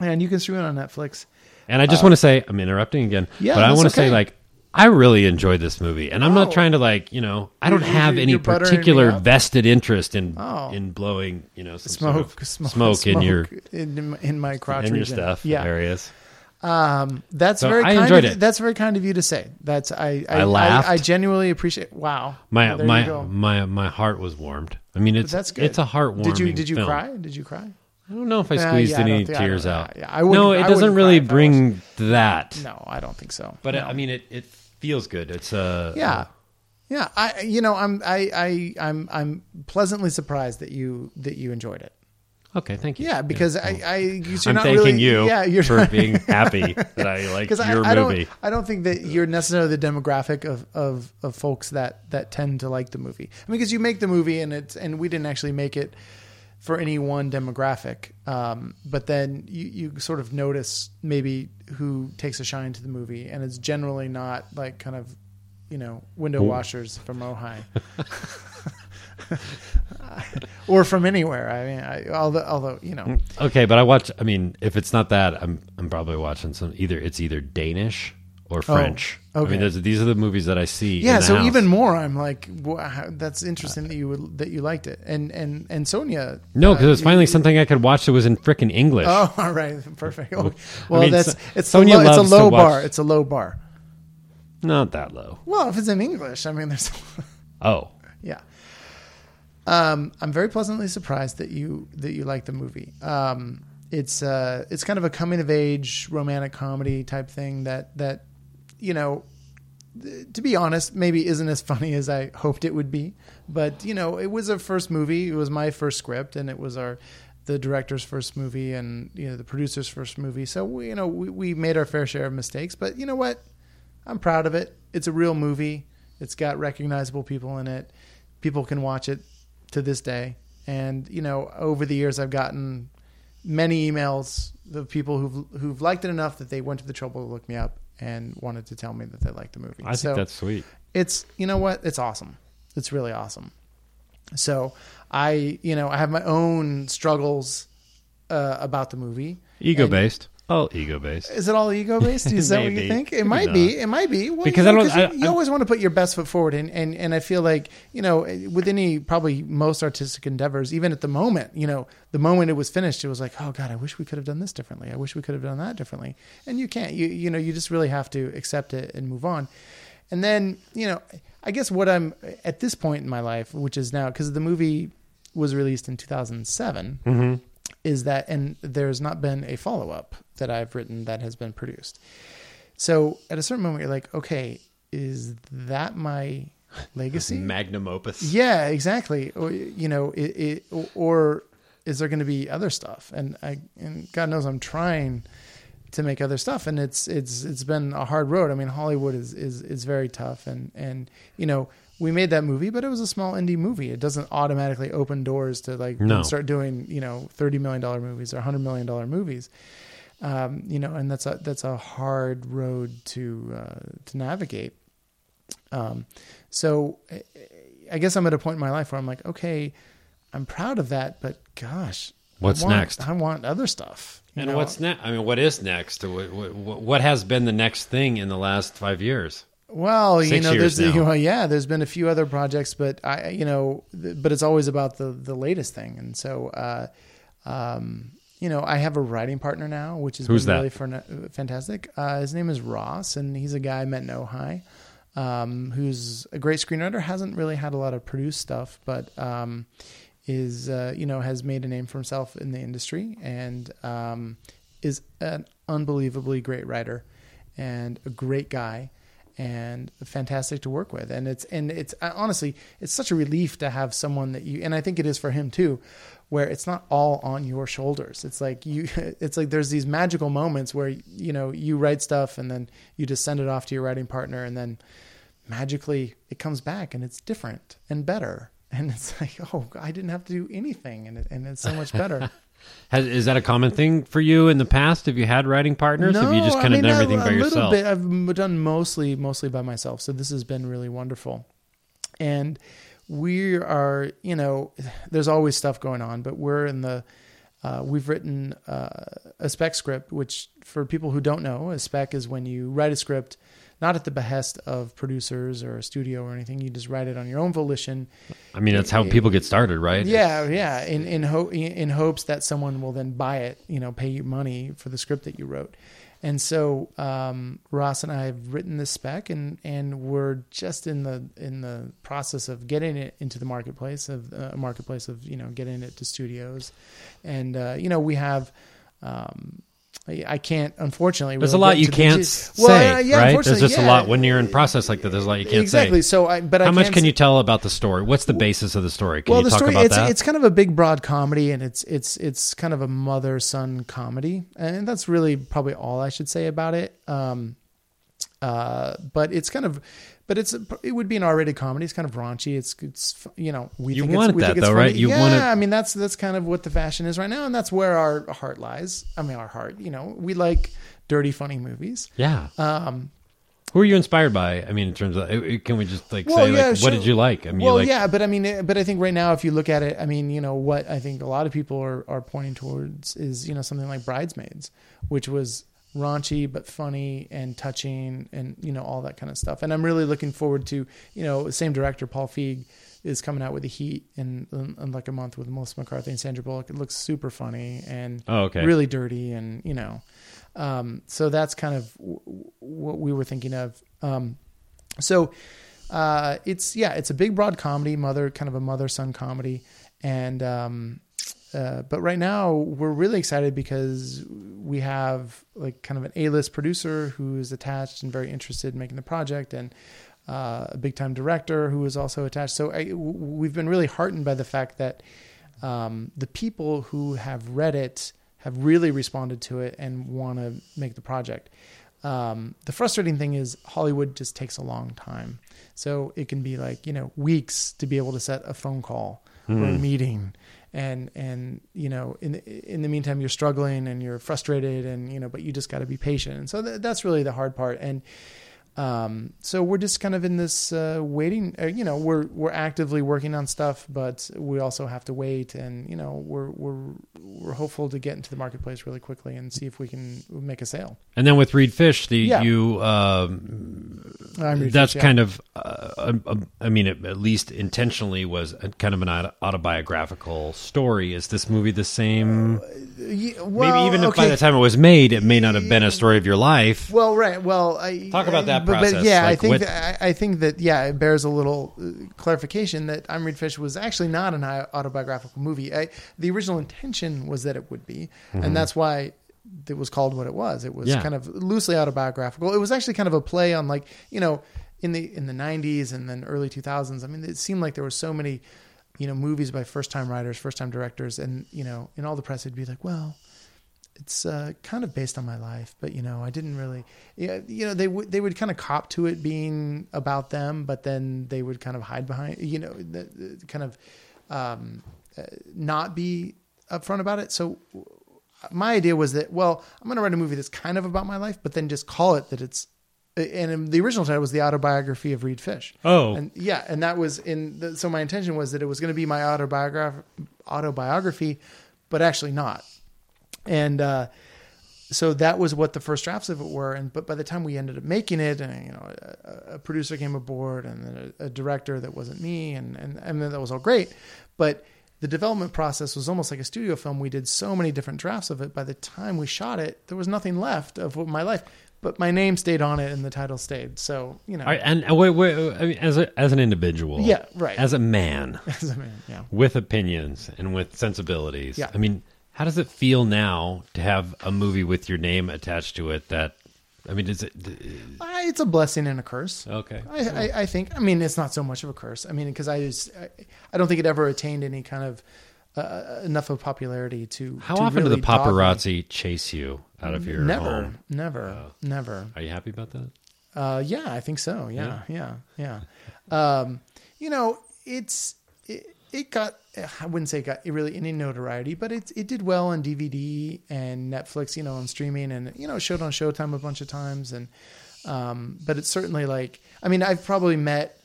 S2: And you can stream it on Netflix.
S1: And I just want to say, I'm interrupting again,
S2: Uh, Yeah,
S1: but I
S2: that's
S1: want to say,
S2: okay.
S1: like, I really enjoyed this movie. And I'm not
S2: Oh.
S1: trying to, like, you know, I don't
S2: You're-
S1: have
S2: you're-
S1: any
S2: you're buttering me
S1: particular
S2: up?
S1: vested interest in
S2: Oh.
S1: in blowing, you know, some sort
S2: Smoke,
S1: of
S2: smoke,
S1: smoke in your
S2: in, in my- in my crotch
S1: in your
S2: region.
S1: stuff
S2: Yeah,
S1: areas.
S2: um, that's
S1: So
S2: very.
S1: I
S2: kind
S1: enjoyed
S2: of,
S1: it.
S2: That's very kind of you to say. That's I. I,
S1: I laughed.
S2: I, genuinely appreciate. Wow.
S1: My
S2: Well, there you
S1: my
S2: go.
S1: my my heart was warmed. I mean, it's
S2: that's good.
S1: it's a heartwarming.
S2: Did you did you
S1: film.
S2: cry? Did you cry?
S1: I don't know if I
S2: Nah,
S1: squeezed
S2: yeah, I don't
S1: any
S2: think- I don't
S1: tears
S2: know.
S1: out.
S2: Yeah, I
S1: no, it
S2: wouldn't- I
S1: doesn't
S2: wouldn't
S1: really
S2: cry if I watched
S1: bring that.
S2: No, I don't think so.
S1: But uh,
S2: No.
S1: I mean, it, it feels good. It's uh,
S2: Yeah. Yeah, I you know I'm I, I I'm I'm pleasantly surprised that you that you enjoyed it.
S1: Okay, thank you.
S2: Yeah, because I I you're
S1: I'm
S2: not
S1: thanking
S2: really,
S1: you
S2: Yeah, you're
S1: for being happy that I like
S2: because I,
S1: your
S2: I
S1: movie.
S2: don't I don't think that you're necessarily the demographic of of of folks that that tend to like the movie. I mean, because you make the movie and it's and we didn't actually make it for any one demographic, um, but then you you sort of notice maybe who takes a shine to the movie, and it's generally not like kind of you know window washers from Ojai. or from anywhere. I mean, I, although, although you know,
S1: Okay, but I watch. I mean, if it's not that, I'm I'm probably watching some either it's either Danish or French. I
S2: Oh, okay.
S1: mean, those, these are the movies that I see.
S2: yeah
S1: in the
S2: so
S1: house.
S2: even more i'm like wow that's interesting that you would that you liked it and and and sonia
S1: no, because
S2: uh,
S1: it was finally
S2: you-
S1: something I could watch that was in frickin' English.
S2: oh all right perfect Oh, well
S1: mean,
S2: that's
S1: so-
S2: it's
S1: Sonia
S2: a low, it's a
S1: loves to
S2: low
S1: watch-
S2: bar it's a low bar
S1: Not that low.
S2: well if it's in english i mean there's
S1: Oh,
S2: yeah Um, I'm very pleasantly surprised that you that you like the movie. Um, it's uh, it's kind of a coming of age romantic comedy type thing that that you know to be honest, maybe isn't as funny as I hoped it would be. But you know, it was a first movie. It was my first script, and it was our the director's first movie, and you know the producer's first movie. So we, you know, we, we made our fair share of mistakes. But you know what? I'm proud of it. It's a real movie. It's got recognizable people in it. People can watch it to this day. And you know, over the years, I've gotten many emails of people who've who've liked it enough that they went to the trouble to look me up and wanted to tell me that they liked the movie.
S1: I think
S2: so
S1: that's sweet.
S2: it's you know what? It's awesome. It's really awesome. So I you know I have my own struggles uh, about the movie.
S1: Ego based. Oh, ego based.
S2: Is it all ego based? Is that what you
S1: Maybe.
S2: think? It
S1: Maybe
S2: might
S1: not.
S2: be. It might be. Well,
S1: Because
S2: you
S1: I
S2: know,
S1: don't- I-
S2: you, you
S1: I-
S2: always want to put your best foot forward, and, and and I feel like you know with any probably most artistic endeavors, even at the moment, you know, the moment it was finished, it was like, oh god, I wish we could have done this differently. I wish we could have done that differently. And you can't. You you know, you just really have to accept it and move on. And then you know, I guess what I'm at this point in my life, which is now because the movie was released in 2007
S1: Mm-hmm.
S2: is that and there's not been a follow-up that i've written that has been produced so at a certain moment you're like okay is that my legacy
S1: Magnum opus.
S2: yeah exactly or you know it, it or is there going to be other stuff and i and god knows i'm trying to make other stuff and it's it's it's been a hard road i mean hollywood is is is very tough and and you know we made that movie but it was a small indie movie it doesn't automatically open doors to like
S1: No.
S2: start doing you know 30 million dollar movies or 100 million dollar movies um, you know, and that's a that's a hard road to uh, to navigate. Um, so eh, eh, I guess I'm at a point in my life where I'm like, okay, I'm proud of that, but gosh, I
S1: What's
S2: want-
S1: next?
S2: I want other stuff. you
S1: And
S2: know?
S1: what's next? I mean, what is next? What, what, what has been the next thing in the last five years?
S2: Well, you
S1: Six
S2: know,
S1: years
S2: there's
S1: now.
S2: well, yeah, there's been a few other projects, but I, you know, th- but it's always about the the latest thing, and so, uh, um, you know, I have a writing partner now, which has
S1: Who's
S2: been
S1: that?
S2: really fun- fantastic. Uh, his name is Ross, and he's a guy I met in Ojai, um, who's a great screenwriter. hasn't really had a lot of produced stuff, but um, is uh, you know has made a name for himself in the industry, and um, is an unbelievably great writer and a great guy and fantastic to work with and it's and it's uh, honestly it's such a relief to have someone that you and I think it is for him too where it's not all on your shoulders it's like you it's like there's these magical moments where you know you write stuff and then you just send it off to your writing partner and then magically it comes back and it's different and better and it's like oh I didn't have to do anything and it, and it's so much better
S1: Has, is that a common thing for you in the past? Have you had writing partners? Have you just kind of done everything
S2: a,
S1: by
S2: a
S1: yourself?
S2: Little bit. I've m- done mostly mostly by myself, so this has been really wonderful. And we are, you know, there's always stuff going on, but we're in the. Uh, we've written uh, a spec script, which for people who don't know, a spec is when you write a script, not at the behest of producers or a studio or anything. You just write it on your own volition.
S1: I mean, that's how people get started, right?
S2: Yeah, yeah. In in ho- in hopes that someone will then buy it, you know, pay you money for the script that you wrote. And so um, Ross and I have written this spec, and and we're just in the in the process of getting it into the marketplace of a marketplace of you know getting it to studios, and uh, you know we have. Um, I I can't, unfortunately.
S1: There's a
S2: really
S1: lot
S2: get
S1: you
S2: to the
S1: can't
S2: juice.
S1: say,
S2: Well, uh, yeah,
S1: right? There's
S2: unfortunately,
S1: just a
S2: yeah.
S1: lot when you're in process like that. There's a lot you can't
S2: exactly.
S1: say.
S2: So, I, but I
S1: How much
S2: can't
S1: can
S2: say-
S1: you tell about the story? What's the basis of the story? Can
S2: well,
S1: you
S2: the
S1: talk
S2: story
S1: about
S2: it's
S1: that?
S2: it's kind of a big broad comedy, and it's it's it's kind of a mother son comedy, and that's really probably all I should say about it. Um, uh, but it's kind of, but it's it would be an R-rated comedy. It's kind of raunchy. It's it's you know we
S1: You
S2: think
S1: wanted
S2: it's, we
S1: that,
S2: think it's
S1: though,
S2: funny.
S1: right? You
S2: yeah,
S1: wanted-
S2: I mean that's that's kind of what the fashion is right now, and that's where our heart lies. I mean our heart. You know we like dirty funny movies.
S1: yeah.
S2: Um,
S1: Who are you inspired by? I mean, in terms of, uh, uh, can we just like
S2: Well,
S1: say,
S2: yeah,
S1: like,
S2: sure.
S1: what did you like? I mean, you
S2: well,
S1: like,
S2: yeah, but I mean, eh, but I think right now, if you look at it, I mean, you know, what I think a lot of people are, are pointing towards is, you know, something like Bridesmaids, which was raunchy but funny and touching and, you know, all that kind of stuff. And I'm really looking forward to, you know, the same director, Paul Feig, is coming out with The Heat in, in, in like a month with Melissa McCarthy and Sandra Bullock. It looks super funny and
S1: Oh, okay.
S2: really dirty and, you know, um, so that's kind of w- w- what we were thinking of. Um, so Uh, it's yeah, it's a big broad comedy, mother kind of a mother son comedy, and um, uh, but right now we're really excited because we have like kind of an A list producer who is attached and very interested in making the project, and uh, a big time director who is also attached. So I, w- we've been really heartened by the fact that um, the people who have read it have really responded to it and want to make the project. Um, the frustrating thing is Hollywood just takes a long time. So it can be like, you know, weeks to be able to set a phone call or a meeting. And, and, you know, in, the, in the meantime, you're struggling and you're frustrated and, you know, but you just got to be patient. And so th- that's really the hard part. And, um, so we're just kind of in this uh, waiting. Uh, you know, we're we're actively working on stuff, but we also have to wait. And you know, we're we're we're hopeful to get into the marketplace really quickly and see if we can make a sale.
S1: And then with Reed Fish, the
S2: Yeah.
S1: you um,
S2: I'm really
S1: that's
S2: just- yeah.
S1: kind of uh, um, I mean at at least intentionally was a, kind of an auto- autobiographical story is this movie the same
S2: Ye- Uh, well,
S1: maybe even if
S2: okay.
S1: by the time it was made it may not have been a story of your life
S2: Well, right. Well, I,
S1: Talk about that
S2: but,
S1: process,
S2: But yeah, I
S1: like
S2: think
S1: what-
S2: that, I, I think that yeah, it bears a little uh, clarification that I'm Reed Fish was actually not an au- autobiographical movie. I, the original intention was that it would be, and that's why it was called what it was. It was
S1: Mm-hmm. Yeah.
S2: kind of loosely autobiographical. It was actually kind of a play on like you know in the in the 90s and then early 2000s. I mean, it seemed like there were so many you know movies by first time writers, first time directors, and you know in all the press it'd be like, well it's uh, kind of based on my life, but you know, I didn't really, yeah, you know, they would they would kind of cop to it being about them, but then they would kind of hide behind, you know, the, the kind of um, uh, not be upfront about it. So w- my idea was that, well, I'm going to write a movie that's kind of about my life, but then just call it that it's. uh, And the original title was the autobiography of Reed Fish.
S1: Oh.
S2: and yeah, and that was in. The, so my intention was that it was going to be my autobiograph autobiography, but actually not and uh, so that was what the first drafts of it were. And but by the time we ended up making it, and you know, a, a producer came aboard and then a, a director that wasn't me, and and and then that was all great, but. The development process was almost like a studio film. We did so many different drafts of it. By the time we shot it, there was nothing left of what my life, but my name stayed on it and the title stayed. So you know,
S1: All right, and uh, wait, wait, uh, I mean, as a, as an individual
S2: Yeah, right.
S1: as a man
S2: I mean, yeah.
S1: with opinions and with sensibilities
S2: Yeah.
S1: I mean how does it feel now to have a movie with your name attached to it that I mean is it
S2: I, it's a blessing and a curse.
S1: okay
S2: I, I, I think. I mean, it's not so much of a curse. I mean, because I just, I, I don't think it ever attained any kind of uh, enough of popularity to.
S1: how
S2: to
S1: often do
S2: really
S1: the
S2: dog me.
S1: paparazzi chase you out of your
S2: Never,
S1: home
S2: never, never.
S1: are you happy about that
S2: Uh, yeah, I think so. Yeah, yeah, yeah. Um, you know, it's it, it got I wouldn't say it got really any notoriety, but it it did well on DVD and Netflix, you know, on streaming, and you know, it showed on Showtime a bunch of times, and um, but it's certainly like I mean, I've probably met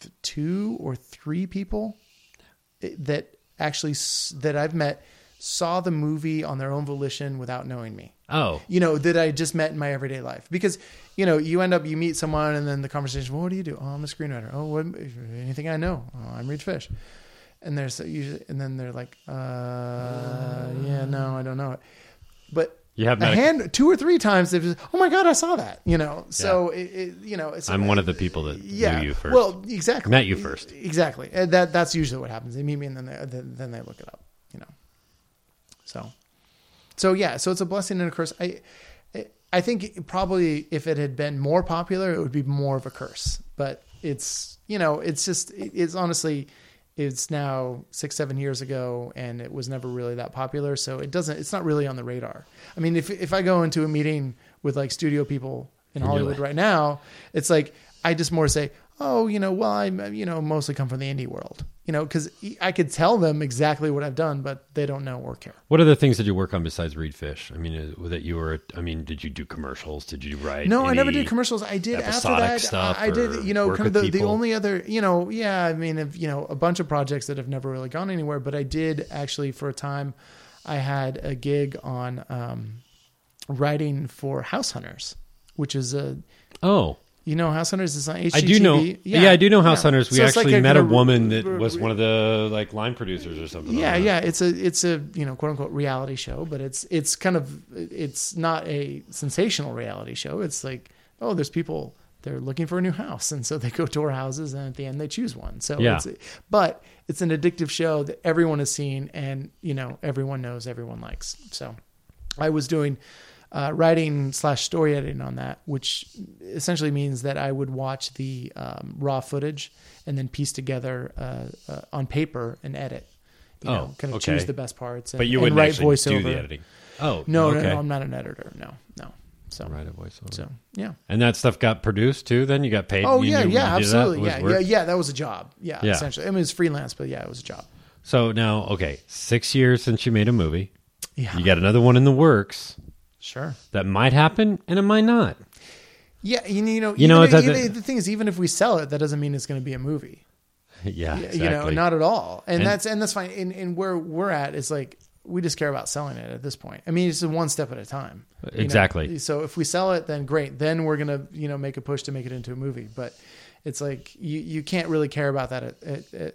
S2: th- two or three people that actually s- that I've met saw the movie on their own volition without knowing me
S1: oh
S2: you know, that I just met in my everyday life. Because, you know, you end up, you meet someone and then the conversation, well, what do you do? Oh, I'm a screenwriter. Oh, what, anything I know. Oh, I'm Reed Fish. And there's usually, and then they're like, uh, yeah, no, I don't know it. But
S1: You have
S2: a
S1: met a-
S2: hand, two or three times, they've just, oh my God, I saw that, you know? So it, it you know, it's,
S1: I'm one of the people that
S2: yeah.
S1: knew you first.
S2: Well, exactly.
S1: Met you first.
S2: Exactly. And that, that's usually what happens. They meet me and then they, then then they look it up, you know? So, so yeah, so it's a blessing and a curse. I, I think it- probably if it had been more popular, it would be more of a curse. But it's you know, it's just it- it's honestly, it's now six seven years ago, and it was never really that popular, so it doesn't. It's not really on the radar. I mean, if if I go into a meeting with like studio people in Hollywood right now, it's like I just more say. Oh, you know, well, I'm, you know, mostly come from the indie world, you know, because I could tell them exactly what I've done, but they don't know or care.
S1: What other things did you work on besides Reed Fish? I mean, uh, that you were. I mean, did you do commercials? Did you write?
S2: No, I never
S1: any-
S2: did commercials. I did after
S1: episodic
S2: that.
S1: stuff
S2: I, I
S1: or
S2: did, you know,
S1: work
S2: kind of
S1: with
S2: the, the
S1: people?
S2: only other, you know, yeah, I mean, if, you know, a bunch of projects that have never really gone anywhere, but I did actually for a time, I had a gig on um, writing for House Hunters, which is a,
S1: Oh,
S2: you know, House Hunters is on HGTV.
S1: I do know. Yeah, I do know House Hunters. We
S2: So it's like
S1: actually met a
S2: kind of-
S1: woman that was one of the like line producers or something.
S2: yeah
S1: like that.
S2: yeah it's a it's a you know quote unquote reality show but it's it's kind of it's not a sensational reality show it's like oh there's people they're looking for a new house and so they go tour houses and at the end they choose one so
S1: Yeah.
S2: it's but it's an addictive show that everyone has seen and you know everyone knows everyone likes so i was doing uh, writing slash story editing on that which essentially means that i would watch the um, raw footage and then piece together uh, uh, on paper and edit you
S1: Oh,
S2: know kind of
S1: okay.
S2: choose the best parts and,
S1: But you
S2: and
S1: wouldn't
S2: write
S1: actually
S2: voiceover
S1: do the editing. Oh,
S2: no,
S1: okay.
S2: no no i'm not an editor no no so
S1: Write a voiceover.
S2: so yeah
S1: And that stuff got produced too. Then you got paid.
S2: Oh
S1: You
S2: yeah,
S1: knew
S2: yeah,
S1: you did that?
S2: absolutely,
S1: It was
S2: yeah,
S1: work?
S2: yeah, yeah. That was a job. Yeah,
S1: Yeah.
S2: essentially. I mean, it's freelance, but yeah, it was a job.
S1: So now, okay, six years since you made a movie.
S2: Yeah,
S1: You got another one in the works
S2: sure.
S1: that might happen and it might not.
S2: Yeah, you, you know,
S1: You know,
S2: even-
S1: it's at
S2: even-
S1: the-
S2: the thing is, even if we sell it, that doesn't mean it's going to be a movie.
S1: yeah, exactly.
S2: You know, not at all. And,
S1: And-
S2: that's and that's fine. And, and where we're at is like we just care about selling it at this point. I mean, it's just one step at a time. you know?
S1: Exactly.
S2: So if we sell it, then great. Then we're gonna you know make a push to make it into a movie. But it's like you you can't really care about that at, at, at,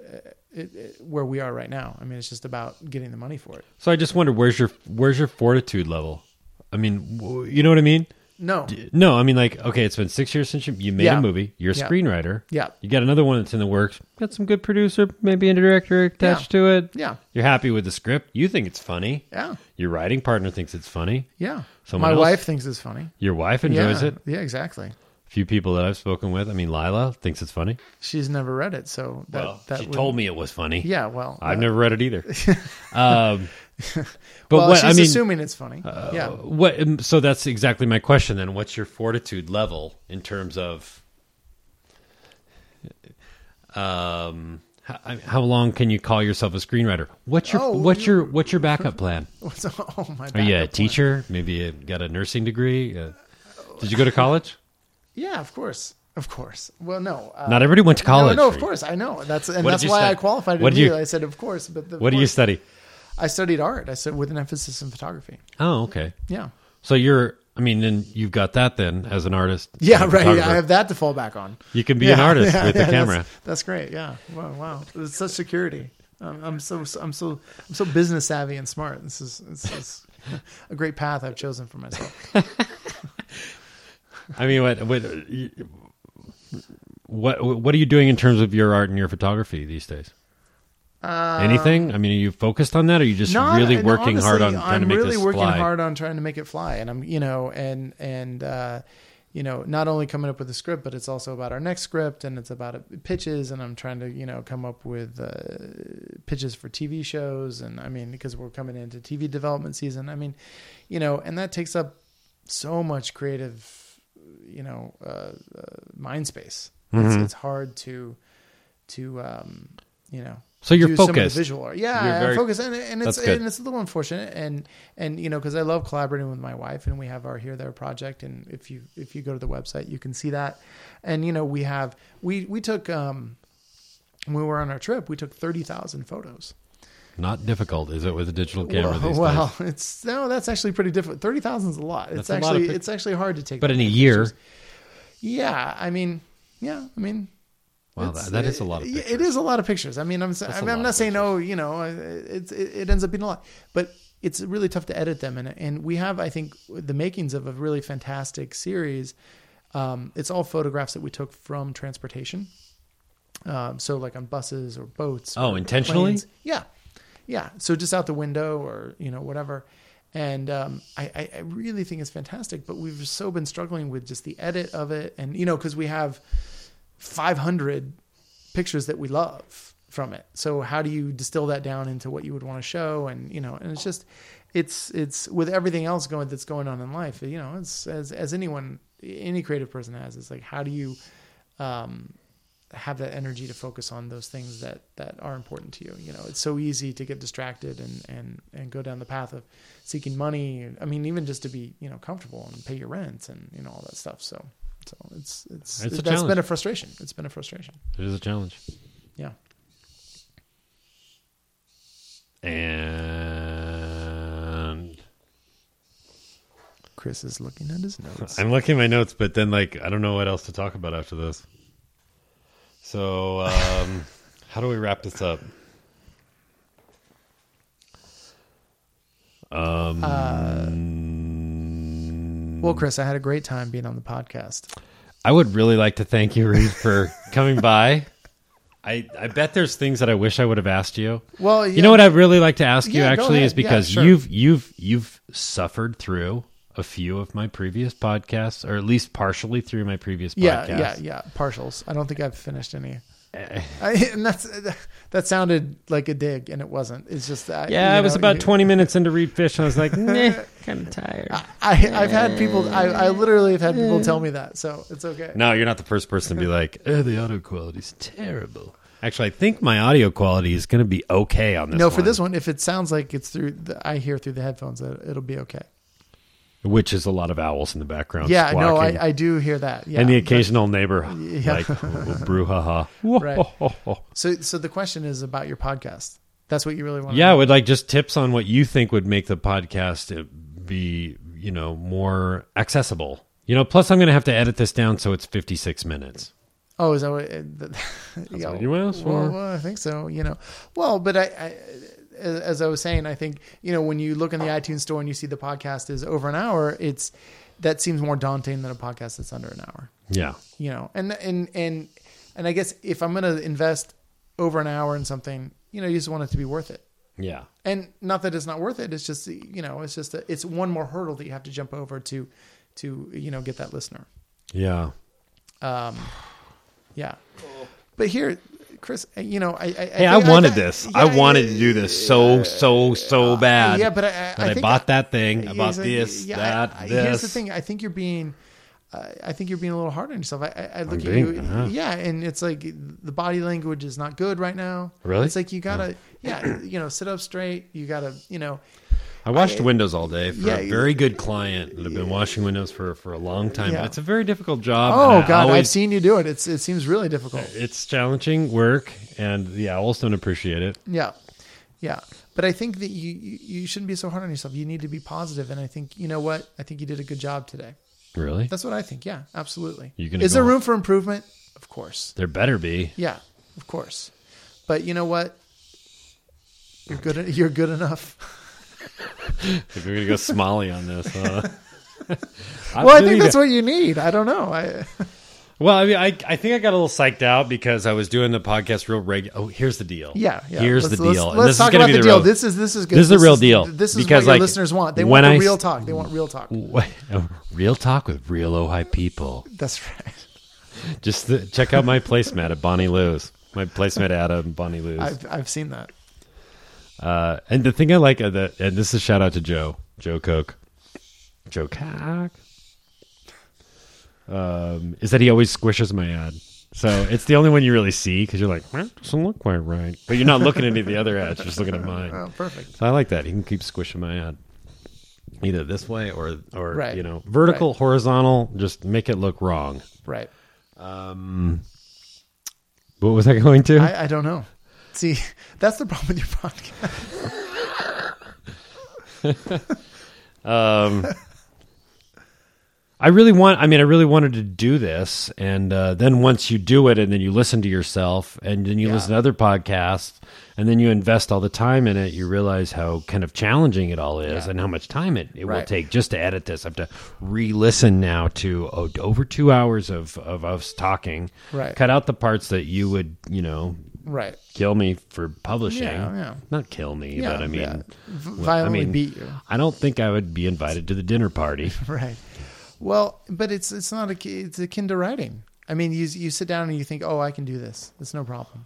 S2: at, at where we are right now. I mean, it's just about getting the money for it.
S1: So I just wonder where's your where's your fortitude level? I mean, w- you know what I mean?
S2: No.
S1: No, I mean like okay, it's been six years since you, you made
S2: Yeah.
S1: a movie. You're a
S2: Yeah.
S1: screenwriter.
S2: Yeah.
S1: You got another one that's in the works. Got some good producer, maybe a director attached to it.
S2: Yeah.
S1: You're happy with the script. You think it's funny.
S2: Yeah.
S1: Your writing partner thinks it's funny.
S2: Yeah.
S1: Someone
S2: My
S1: else?
S2: wife thinks it's funny.
S1: Your wife enjoys
S2: yeah.
S1: it.
S2: Yeah, exactly.
S1: A few people that I've spoken with. I mean, Lila thinks it's funny.
S2: She's never read it, so that
S1: well,
S2: that
S1: she
S2: would-
S1: told me it was funny.
S2: Yeah, well,
S1: I've
S2: uh,
S1: never read it either. um, but
S2: well,
S1: what
S2: she's
S1: I mean,
S2: assuming it's funny. yeah,
S1: what? um, So that's exactly my question. Then, what's your fortitude level in terms of? Um, how, I mean, how long can you call yourself a screenwriter? What's your
S2: Oh,
S1: what's your what's your backup plan?
S2: What's- oh
S1: Are you
S2: my.
S1: a
S2: backup plan.
S1: teacher? Maybe you got a nursing degree? Uh, did you go to college?
S2: Yeah, of course, of course. Well, no, uh,
S1: Not everybody went to
S2: no,
S1: college.
S2: No, of course, I know. That's and
S1: What did
S2: that's
S1: you
S2: why
S1: study?
S2: I qualified.
S1: What
S2: What
S1: did you-
S2: I said, of course, but the,
S1: What do you study?
S2: I studied art. I said with an emphasis in photography.
S1: Oh, okay.
S2: Yeah,
S1: So you're, I mean, then you've got that then as an artist. and
S2: yeah,
S1: a
S2: right. Yeah,
S1: photographer.
S2: I have that to fall back on.
S1: you can be an
S2: Yeah,
S1: artist
S2: yeah,
S1: with
S2: yeah,
S1: the camera.
S2: That's, that's great. Yeah. Wow. Wow. It's such security. I'm, I'm so I'm so I'm so business savvy and smart. This is this is a great path I've chosen for myself.
S1: I mean, what, what, what, what are you doing in terms of your art and your photography these days? Anything? I mean, are you focused on that? Or are you just
S2: Uh, Not-
S1: really
S2: and
S1: working hard on
S2: honestly,
S1: trying
S2: I'm
S1: to make
S2: really
S1: this
S2: working
S1: fly?
S2: hard on trying to make it fly, and I'm you know and and uh, you know not only coming up with a script, but it's also about our next script, and it's about uh, pitches, and I'm trying to you know come up with uh, pitches for TV shows, and I mean because we're coming into TV development season, I mean, you know, and that takes up so much creative, you know, uh, uh, mind space. It's,
S1: Mm-hmm.
S2: it's hard to to um, you know
S1: So you're
S2: do some of the
S1: focused.
S2: visual art. Yeah,
S1: You're
S2: I'm
S1: very-
S2: focused, and, and it's
S1: That's good.
S2: and it's a little unfortunate, and and you know because I love collaborating with my wife, and we have our here there project, and if you if you go to the website, you can see that, and you know we have we we took um when we were on our trip, we took thirty thousand photos.
S1: Not difficult, is it, with a digital camera
S2: well,
S1: these days?
S2: well, it's no, that's actually pretty different. Thirty thousand is a lot. It's
S1: That's a lot of
S2: actually
S1: pic-
S2: it's actually hard to take.
S1: But
S2: that
S1: in a
S2: many
S1: year,
S2: pictures. yeah, I mean, yeah, I mean,
S1: wow,
S2: it's- uh,
S1: that, that is a lot of
S2: yeah,
S1: pictures.
S2: It is a lot of pictures. I mean, I'm I
S1: a
S2: mean,
S1: lot
S2: I'm
S1: of
S2: not saying no. You know, uh, it's it, it ends up being a lot, but it's really tough to edit them. And and we have, I think, the makings of a really fantastic series. Um, it's all photographs that we took from transportation. Um, so like on buses or boats.
S1: Oh,
S2: or
S1: intentionally?
S2: planes. Yeah, yeah. So just out the window or you know whatever. And um, I, I, I really think it's fantastic, but we've so been struggling with just the edit of it, and you know because we have 500 pictures that we love from it. So how do you distill that down into what you would want to show? And you know, and it's just, it's it's with everything else going that's going on in life. You know, it's as as anyone, any creative person has. It's like how do you um, have that energy to focus on those things that that are important to you. You know, it's so easy to get distracted and and and go down the path of seeking money. I mean, even just to be you know comfortable and pay your rent and you know all that stuff. So. So it's it's,
S1: It's
S2: it's
S1: a
S2: that's
S1: challenge.
S2: been a frustration. It's been a frustration.
S1: It is a challenge.
S2: Yeah.
S1: And
S2: Chris is looking at his notes.
S1: I'm looking at my notes, but then like I don't know what else to talk about after this. So um, how do we wrap this up?
S2: Well, Chris, I had a great time being on the podcast.
S1: I would really like to thank you, Reed, for coming by. I, I bet there's things that I wish I would have asked you.
S2: Well,
S1: You know what I'd really like to ask you
S2: Yeah, go
S1: actually
S2: ahead.
S1: is
S2: Yeah,
S1: because
S2: sure.
S1: you've you've you've suffered through a few of my previous podcasts, or at least partially through my previous
S2: Yeah,
S1: podcasts.
S2: yeah, yeah. Partials. I don't think I've finished any.
S1: Eh.
S2: I, and that's that sounded like a dig, and it wasn't. It's just that.
S1: Yeah,
S2: you
S1: I was
S2: know,
S1: about
S2: you-
S1: 20 minutes into Reed Fish, and I was like, nah, kind of tired.
S2: I, I've had people. I, I literally have had people tell me that, so it's okay.
S1: Eh. No, you're not the first person to be like,
S2: "Oh,
S1: eh, the audio quality's terrible. Actually, I think my audio quality is going to be okay on this
S2: no, for this one, if it sounds like it's through, the, I hear through the headphones that it'll be okay.
S1: Which is a lot of owls in the background.
S2: yeah, no,
S1: Oh, squawking.
S2: I, I do hear that. Yeah,
S1: and the
S2: but-
S1: occasional neighbor,
S2: Yeah.
S1: like, brouhaha.
S2: So, so the question is about your podcast. That's what you really want.
S1: Yeah, would like just tips on what you think would make the podcast uh, be, you know, more accessible. You know, plus I'm going to have to edit this down so it's 56 minutes.
S2: Oh, is that what? uh, the- yeah,
S1: what you asked
S2: well,
S1: for.
S2: well, I think so. You know, well, but I, I, as as I was saying, I think you know when you look in the iTunes store and you see the podcast is over an hour, it's that seems more daunting than a podcast that's under an hour.
S1: Yeah.
S2: You know, and and and and I guess if I'm going to invest over an hour in something, you know, you just want it to be worth it.
S1: Yeah.
S2: And not that it's not worth it. It's just you know, it's just a, it's one more hurdle that you have to jump over to, to you know, get that listener.
S1: Yeah.
S2: Um, yeah. But here, Chris, uh, you know, I, I
S1: Hey, I wanted this. I wanted to do this so, so, so bad.
S2: Yeah, but I, I,
S1: But I,
S2: think
S1: bought that thing. I
S2: yeah,
S1: bought
S2: it's like,
S1: this,
S2: yeah, I-
S1: that,
S2: I-
S1: this.
S2: Here's the thing. I think you're being. Uh, I think you're being a little hard on yourself. I, I, I look at
S1: being-
S2: you,
S1: uh-huh.
S2: yeah, and it's like the body language is not good right now.
S1: Really?
S2: It's like you gotta, yeah, you know, sit up straight. You gotta, you know,
S1: I washed windows all day for
S2: yeah,
S1: a very good client that I've been washing windows for for a long time.
S2: Yeah.
S1: But it's a very difficult job.
S2: oh
S1: and I
S2: god, I've
S1: always-
S2: seen you do it. It's it seems really difficult.
S1: it's challenging work, and the owls don't appreciate it.
S2: Yeah. Yeah. But I think that you, you you shouldn't be so hard on yourself. You need to be positive and I think you know what? I think you did a good job today.
S1: Really?
S2: That's what I think. Yeah, absolutely.
S1: You gonna
S2: Is there
S1: go-
S2: room for improvement? Of course.
S1: There better be.
S2: Yeah, of course. But you know what? You're good you're good enough.
S1: Like, we're gonna go Smalley on this. Huh?
S2: Well, I think that's what you need. I don't know. I
S1: Well, I mean, I, I think I got a little psyched out because I was doing the podcast real regular. Oh, here's the deal.
S2: yeah, yeah.
S1: Here's
S2: Let's-
S1: the deal.
S2: Let's,
S1: And
S2: let's
S1: this is
S2: talk
S1: gonna
S2: about
S1: be
S2: the,
S1: the
S2: deal.
S1: real-
S2: This is this is good.
S1: This is the real
S2: is-
S1: deal,
S2: This is
S1: because,
S2: what
S1: like,
S2: your listeners want. They
S1: when
S2: want the
S1: I s-
S2: real talk. They want real talk.
S1: What? Real talk with real Ojai people.
S2: That's right.
S1: Just the, check out my placemat at Bonnie Lou's. My placemat at um, Bonnie Lou's.
S2: I've I've seen that.
S1: Uh, and the thing I like, uh, the, and this is shout out to Joe, Joe Coke, Joe Cock, um, is that he always squishes my ad. So it's the only one you really see because you're like, "Well, it doesn't look quite right. But you're not looking at any of the other ads, you're just looking at mine.
S2: Oh, perfect.
S1: So I like that. He can keep squishing my ad either this way or, or
S2: Right.
S1: you know, vertical,
S2: Right.
S1: horizontal, just make it look wrong.
S2: Right.
S1: What was I going to?
S2: I, I don't know. See, that's the problem with your podcast.
S1: Um, I really want. I mean, I really wanted to do this, and uh, then once you do it, and then you listen to yourself, and then you
S2: Yeah.
S1: listen to other podcasts, and then you invest all the time in it, you realize how kind of challenging it all is, and how much time it, it will
S2: Right.
S1: take just to edit this. I have to re-listen now to oh, over two hours of of us talking.
S2: Right.
S1: Cut out the parts that you would, you know.
S2: Right.
S1: Kill me for publishing.
S2: Yeah, yeah.
S1: Not kill me,
S2: Yeah,
S1: but I mean,
S2: yeah. V- violently beat you.
S1: I don't think I would be invited to the dinner party.
S2: Right. Well, but it's it's not a it's akin to writing. I mean, you you sit down and you think, oh, I can do this. It's no problem.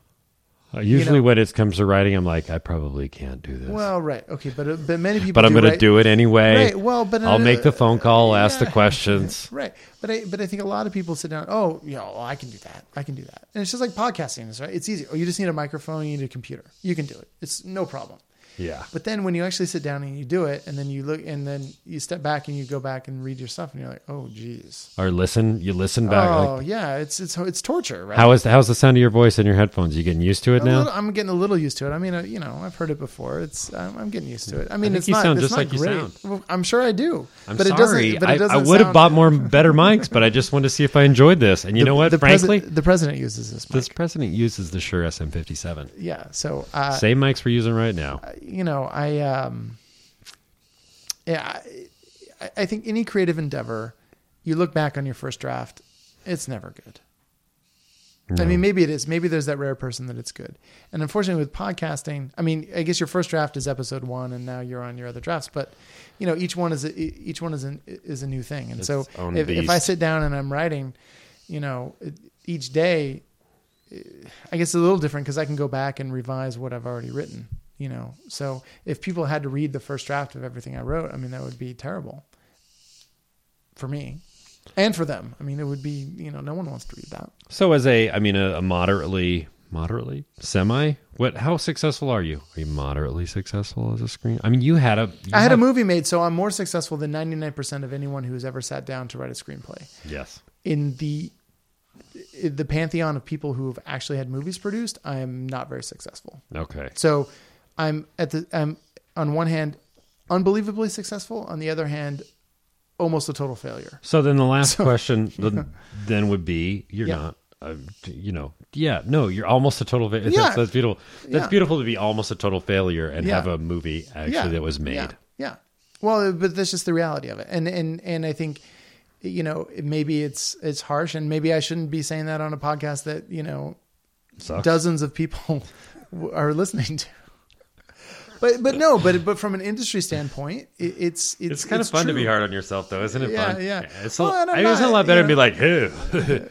S1: Uh, Usually,
S2: know-
S1: when it comes to writing, I'm like, I probably can't do this,
S2: Well, right, okay, but uh, but many people.
S1: but I'm
S2: do
S1: going
S2: write-
S1: to do it anyway.
S2: Right, well, but- uh,
S1: I'll make the phone call, I'll ask the
S2: yeah.
S1: questions.
S2: Right, but I but I think a lot of people sit down. Oh, you know, oh, I can do that. I can do that. And it's just like podcasting is right. It's easy. Oh, you just need a microphone. You need a computer. You can do it. It's no problem.
S1: Yeah,
S2: But then when you actually sit down and you do it, and then you look, and then you step back and you go back and read your stuff, and you're like, oh, geez,
S1: or listen. You listen back.
S2: oh
S1: like,
S2: yeah, it's it's it's torture, right?
S1: how is the, how's the sound of your voice in your headphones? You getting used to it
S2: A
S1: now?
S2: little- I'm getting a little used to it. I mean, uh, you know, I've heard it before. It's I'm, I'm getting used to it. I mean,
S1: think
S2: it's
S1: you
S2: not
S1: sound
S2: it's
S1: just
S2: not
S1: like you
S2: great.
S1: sound.
S2: Well, I'm sure I do,
S1: I'm
S2: but
S1: sorry.
S2: it doesn't. But it
S1: I,
S2: doesn't.
S1: I would have
S2: sound-
S1: bought more better mics, but I just wanted to see if I enjoyed this. And you know what?
S2: The presi-
S1: Frankly,
S2: the president uses this. Mic.
S1: this president uses the Shure SM57.
S2: Yeah. So uh,
S1: Same mics we're using right now.
S2: you know, I um, yeah, I, I think any creative endeavor, you look back on your first draft, It's never good. I mean, maybe it is. Maybe there's that rare person that it's good. And unfortunately, with podcasting, I mean, I guess your first draft is episode one, and now you're on your other drafts. But you know, each one is a, each one is an, is a new thing. And so,
S1: Its own
S2: if, if
S1: beast.
S2: I sit down and I'm writing, you know, it- each day, eh, I guess it's a little different because I can go back and revise what I've already written. You know, so if people had to read the first draft of everything I wrote, I mean, that would be terrible for me and for them. I mean, it would be you know, no one wants to read that.
S1: So as a, I mean, a, a moderately, moderately, semi. What? How successful are you? Are you moderately successful as a screen? I mean, you had a. you
S2: I had a movie made, so I'm more successful than 99% of anyone who has ever sat down to write a screenplay.
S1: Yes.
S2: In the in the pantheon of people who have actually had movies produced, I am not very successful.
S1: Okay.
S2: So I'm at the I'm on one hand unbelievably successful, on the other hand almost a total failure.
S1: So then the last question th- then would be you're
S2: Yeah.
S1: not uh, you know yeah no you're almost a total failure
S2: Yeah.
S1: that's, that's beautiful that's
S2: Yeah.
S1: beautiful to be almost a total failure and
S2: Yeah.
S1: have a movie actually that was made
S2: Yeah. yeah. Well, uh, but that's just the reality of it. And and and I think you know, maybe it's it's harsh and maybe I shouldn't be saying that on a podcast that, you know,
S1: Sucks.
S2: dozens of people are listening to. But but no, but but from an industry standpoint, it, it's, it's
S1: it's kind of fun to be
S2: true.
S1: hard on yourself though isn't it
S2: Yeah,
S1: fun
S2: yeah.
S1: it's a,
S2: Well, and I'm
S1: I mean, it's a
S2: not-
S1: lot better to be
S2: you
S1: like hey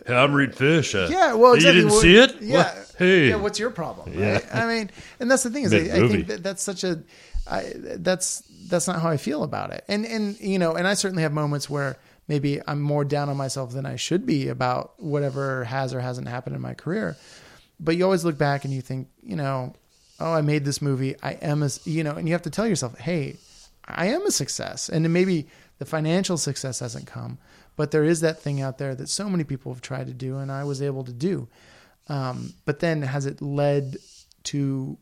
S1: I'm Reed Fish uh,
S2: Yeah, well, exactly.
S1: you didn't
S2: Well,
S1: see it
S2: Yeah,
S1: What? hey
S2: yeah. What's your problem?
S1: Yeah.
S2: right? I mean, and that's the thing is, I, I
S1: Mid-movie.
S2: think that that's such a, I, that's that's not how I feel about it. And and you know, and I certainly have moments where maybe I'm more down on myself than I should be about whatever has or hasn't happened in my career. But you always look back and you think, you know, oh, I made this movie. I am a, you know, and you have to tell yourself, hey, I am a success. And then maybe the financial success hasn't come, but there is that thing out there that so many people have tried to do, and I was able to do. Um, but then has it led to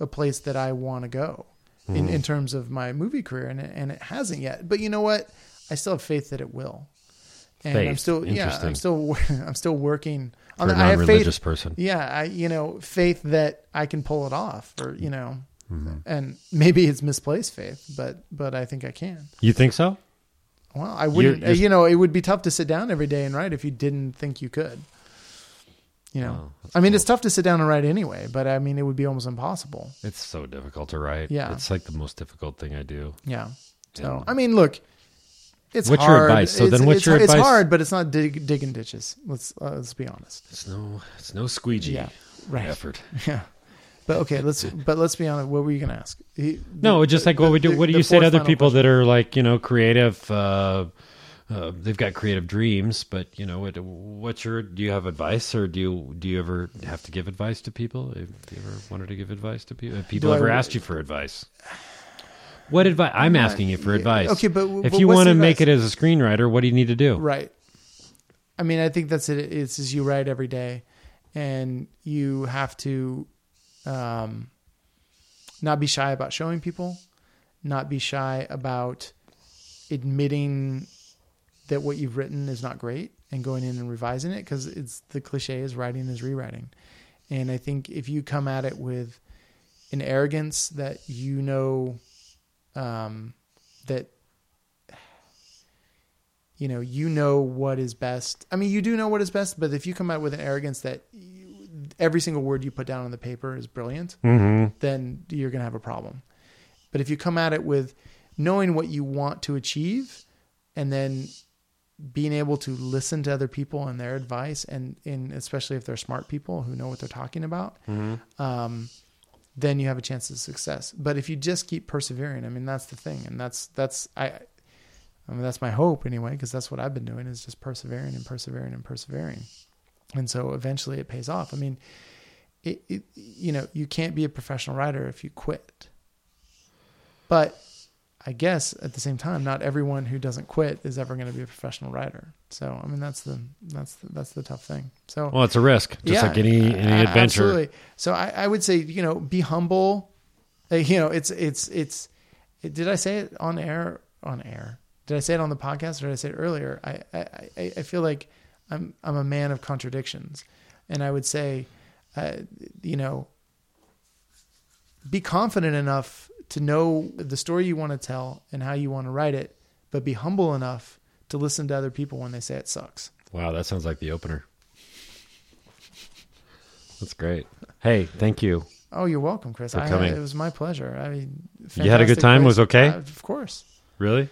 S2: a place that I want to go
S1: Hmm.
S2: in, in terms of my movie career? And, it- and it hasn't yet. But you know what? I still have faith that it will. And I'm
S1: Faith.
S2: still, yeah,
S1: Interesting.
S2: I'm still, I'm still working on
S1: for a
S2: that. I have faith
S1: non-religious person
S2: yeah i you know faith that i can pull it off or you know
S1: Mm-hmm.
S2: and maybe it's misplaced faith but but i think i can
S1: you think so
S2: well i wouldn't uh,
S1: you're-
S2: you know it would be tough to sit down every day and write if you didn't think you could you know
S1: Wow, Oh, that's
S2: i mean it's tough to sit down and write anyway but i mean it would be almost impossible
S1: it's so difficult to write
S2: Yeah.
S1: it's like the most difficult thing I do
S2: yeah so
S1: Yeah.
S2: i mean look it's
S1: What's your
S2: hard.
S1: advice? So
S2: It's-
S1: then what's
S2: it's,
S1: your
S2: it's
S1: advice?
S2: hard but it's not dig, digging ditches let's uh, let's be honest
S1: it's no it's no squeegee
S2: yeah right
S1: effort
S2: yeah but okay let's but let's be honest what were you gonna ask He-
S1: No, just like what we do.
S2: the-
S1: What do
S2: the
S1: you say to
S2: fourth
S1: other
S2: final
S1: people that are like you know creative? Uh, uh, they've got creative dreams, but you know what? What's your? Do you have advice, or do you do you ever have to give advice to people? Have you ever wanted to give advice to people? Have people
S2: Do I-
S1: ever asked you for advice? What advice? I'm asking you for advice.
S2: okay, but w-
S1: if
S2: but
S1: you
S2: what's
S1: want to
S2: the
S1: make it
S2: advice?
S1: as a screenwriter, what do you need to do?
S2: Right. I mean, I think that's it. It's just you write every day, and you have to um, not be shy about showing people, not be shy about admitting that what you've written is not great and going in and revising it because it's the cliche is writing is rewriting. And I think if you come at it with an arrogance that you know um, that you know you know what is best i mean you do know what is best but if you come out with an arrogance that you, every single word you put down on the paper is brilliant then you're going to have a problem but if you come at it with knowing what you want to achieve and then being able to listen to other people and their advice and, and especially if they're smart people who know what they're talking about um, then you have a chance of success but if you just keep persevering i mean that's the thing and that's that's i I mean, that's my hope anyway, because that's what I've been doing is just persevering and persevering and persevering. And so eventually it pays off. I mean, it, it, you know, you can't be a professional writer if you quit. But I guess at the same time, not everyone who doesn't quit is ever going to be a professional writer. So, I mean, that's the, that's the, that's the tough thing. So,
S1: Well, it's a risk, just like any
S2: a-
S1: any adventure.
S2: Absolutely. So I, I would say, you know, be humble. Uh, you know, it's it's it's. It, did I say it on air? On air? Did I say it on the podcast, or did I say it earlier? I I- I, I feel like I'm I'm a man of contradictions, and I would say, uh, you know, be confident enough to know the story you want to tell and how you want to write it, but be humble enough to listen to other people when they say it sucks.
S1: Wow, that sounds like the opener. That's great. Hey, thank you.
S2: Oh, you're welcome, Chris.
S1: For
S2: I,
S1: coming.
S2: it was my pleasure. I mean,
S1: You had a good
S2: fantastic
S1: time?
S2: place.
S1: Was okay?
S2: Uh, of course.
S1: Really?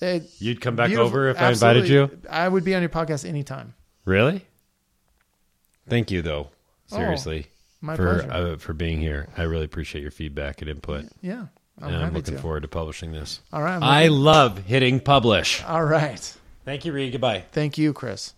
S2: It-
S1: You'd come back
S2: beautiful-
S1: over if I invited you?
S2: absolutely. I would be on your podcast anytime.
S1: Really? Thank you though. Seriously.
S2: Oh, My
S1: for
S2: pleasure.
S1: uh, for being here. I really appreciate your feedback and input.
S2: yeah, I'm
S1: and
S2: happy
S1: I'm looking
S2: to.
S1: forward to publishing this.
S2: All right. I'm
S1: I love hitting publish.
S2: All right.
S1: Thank you, Reed. Goodbye.
S2: Thank you, Chris.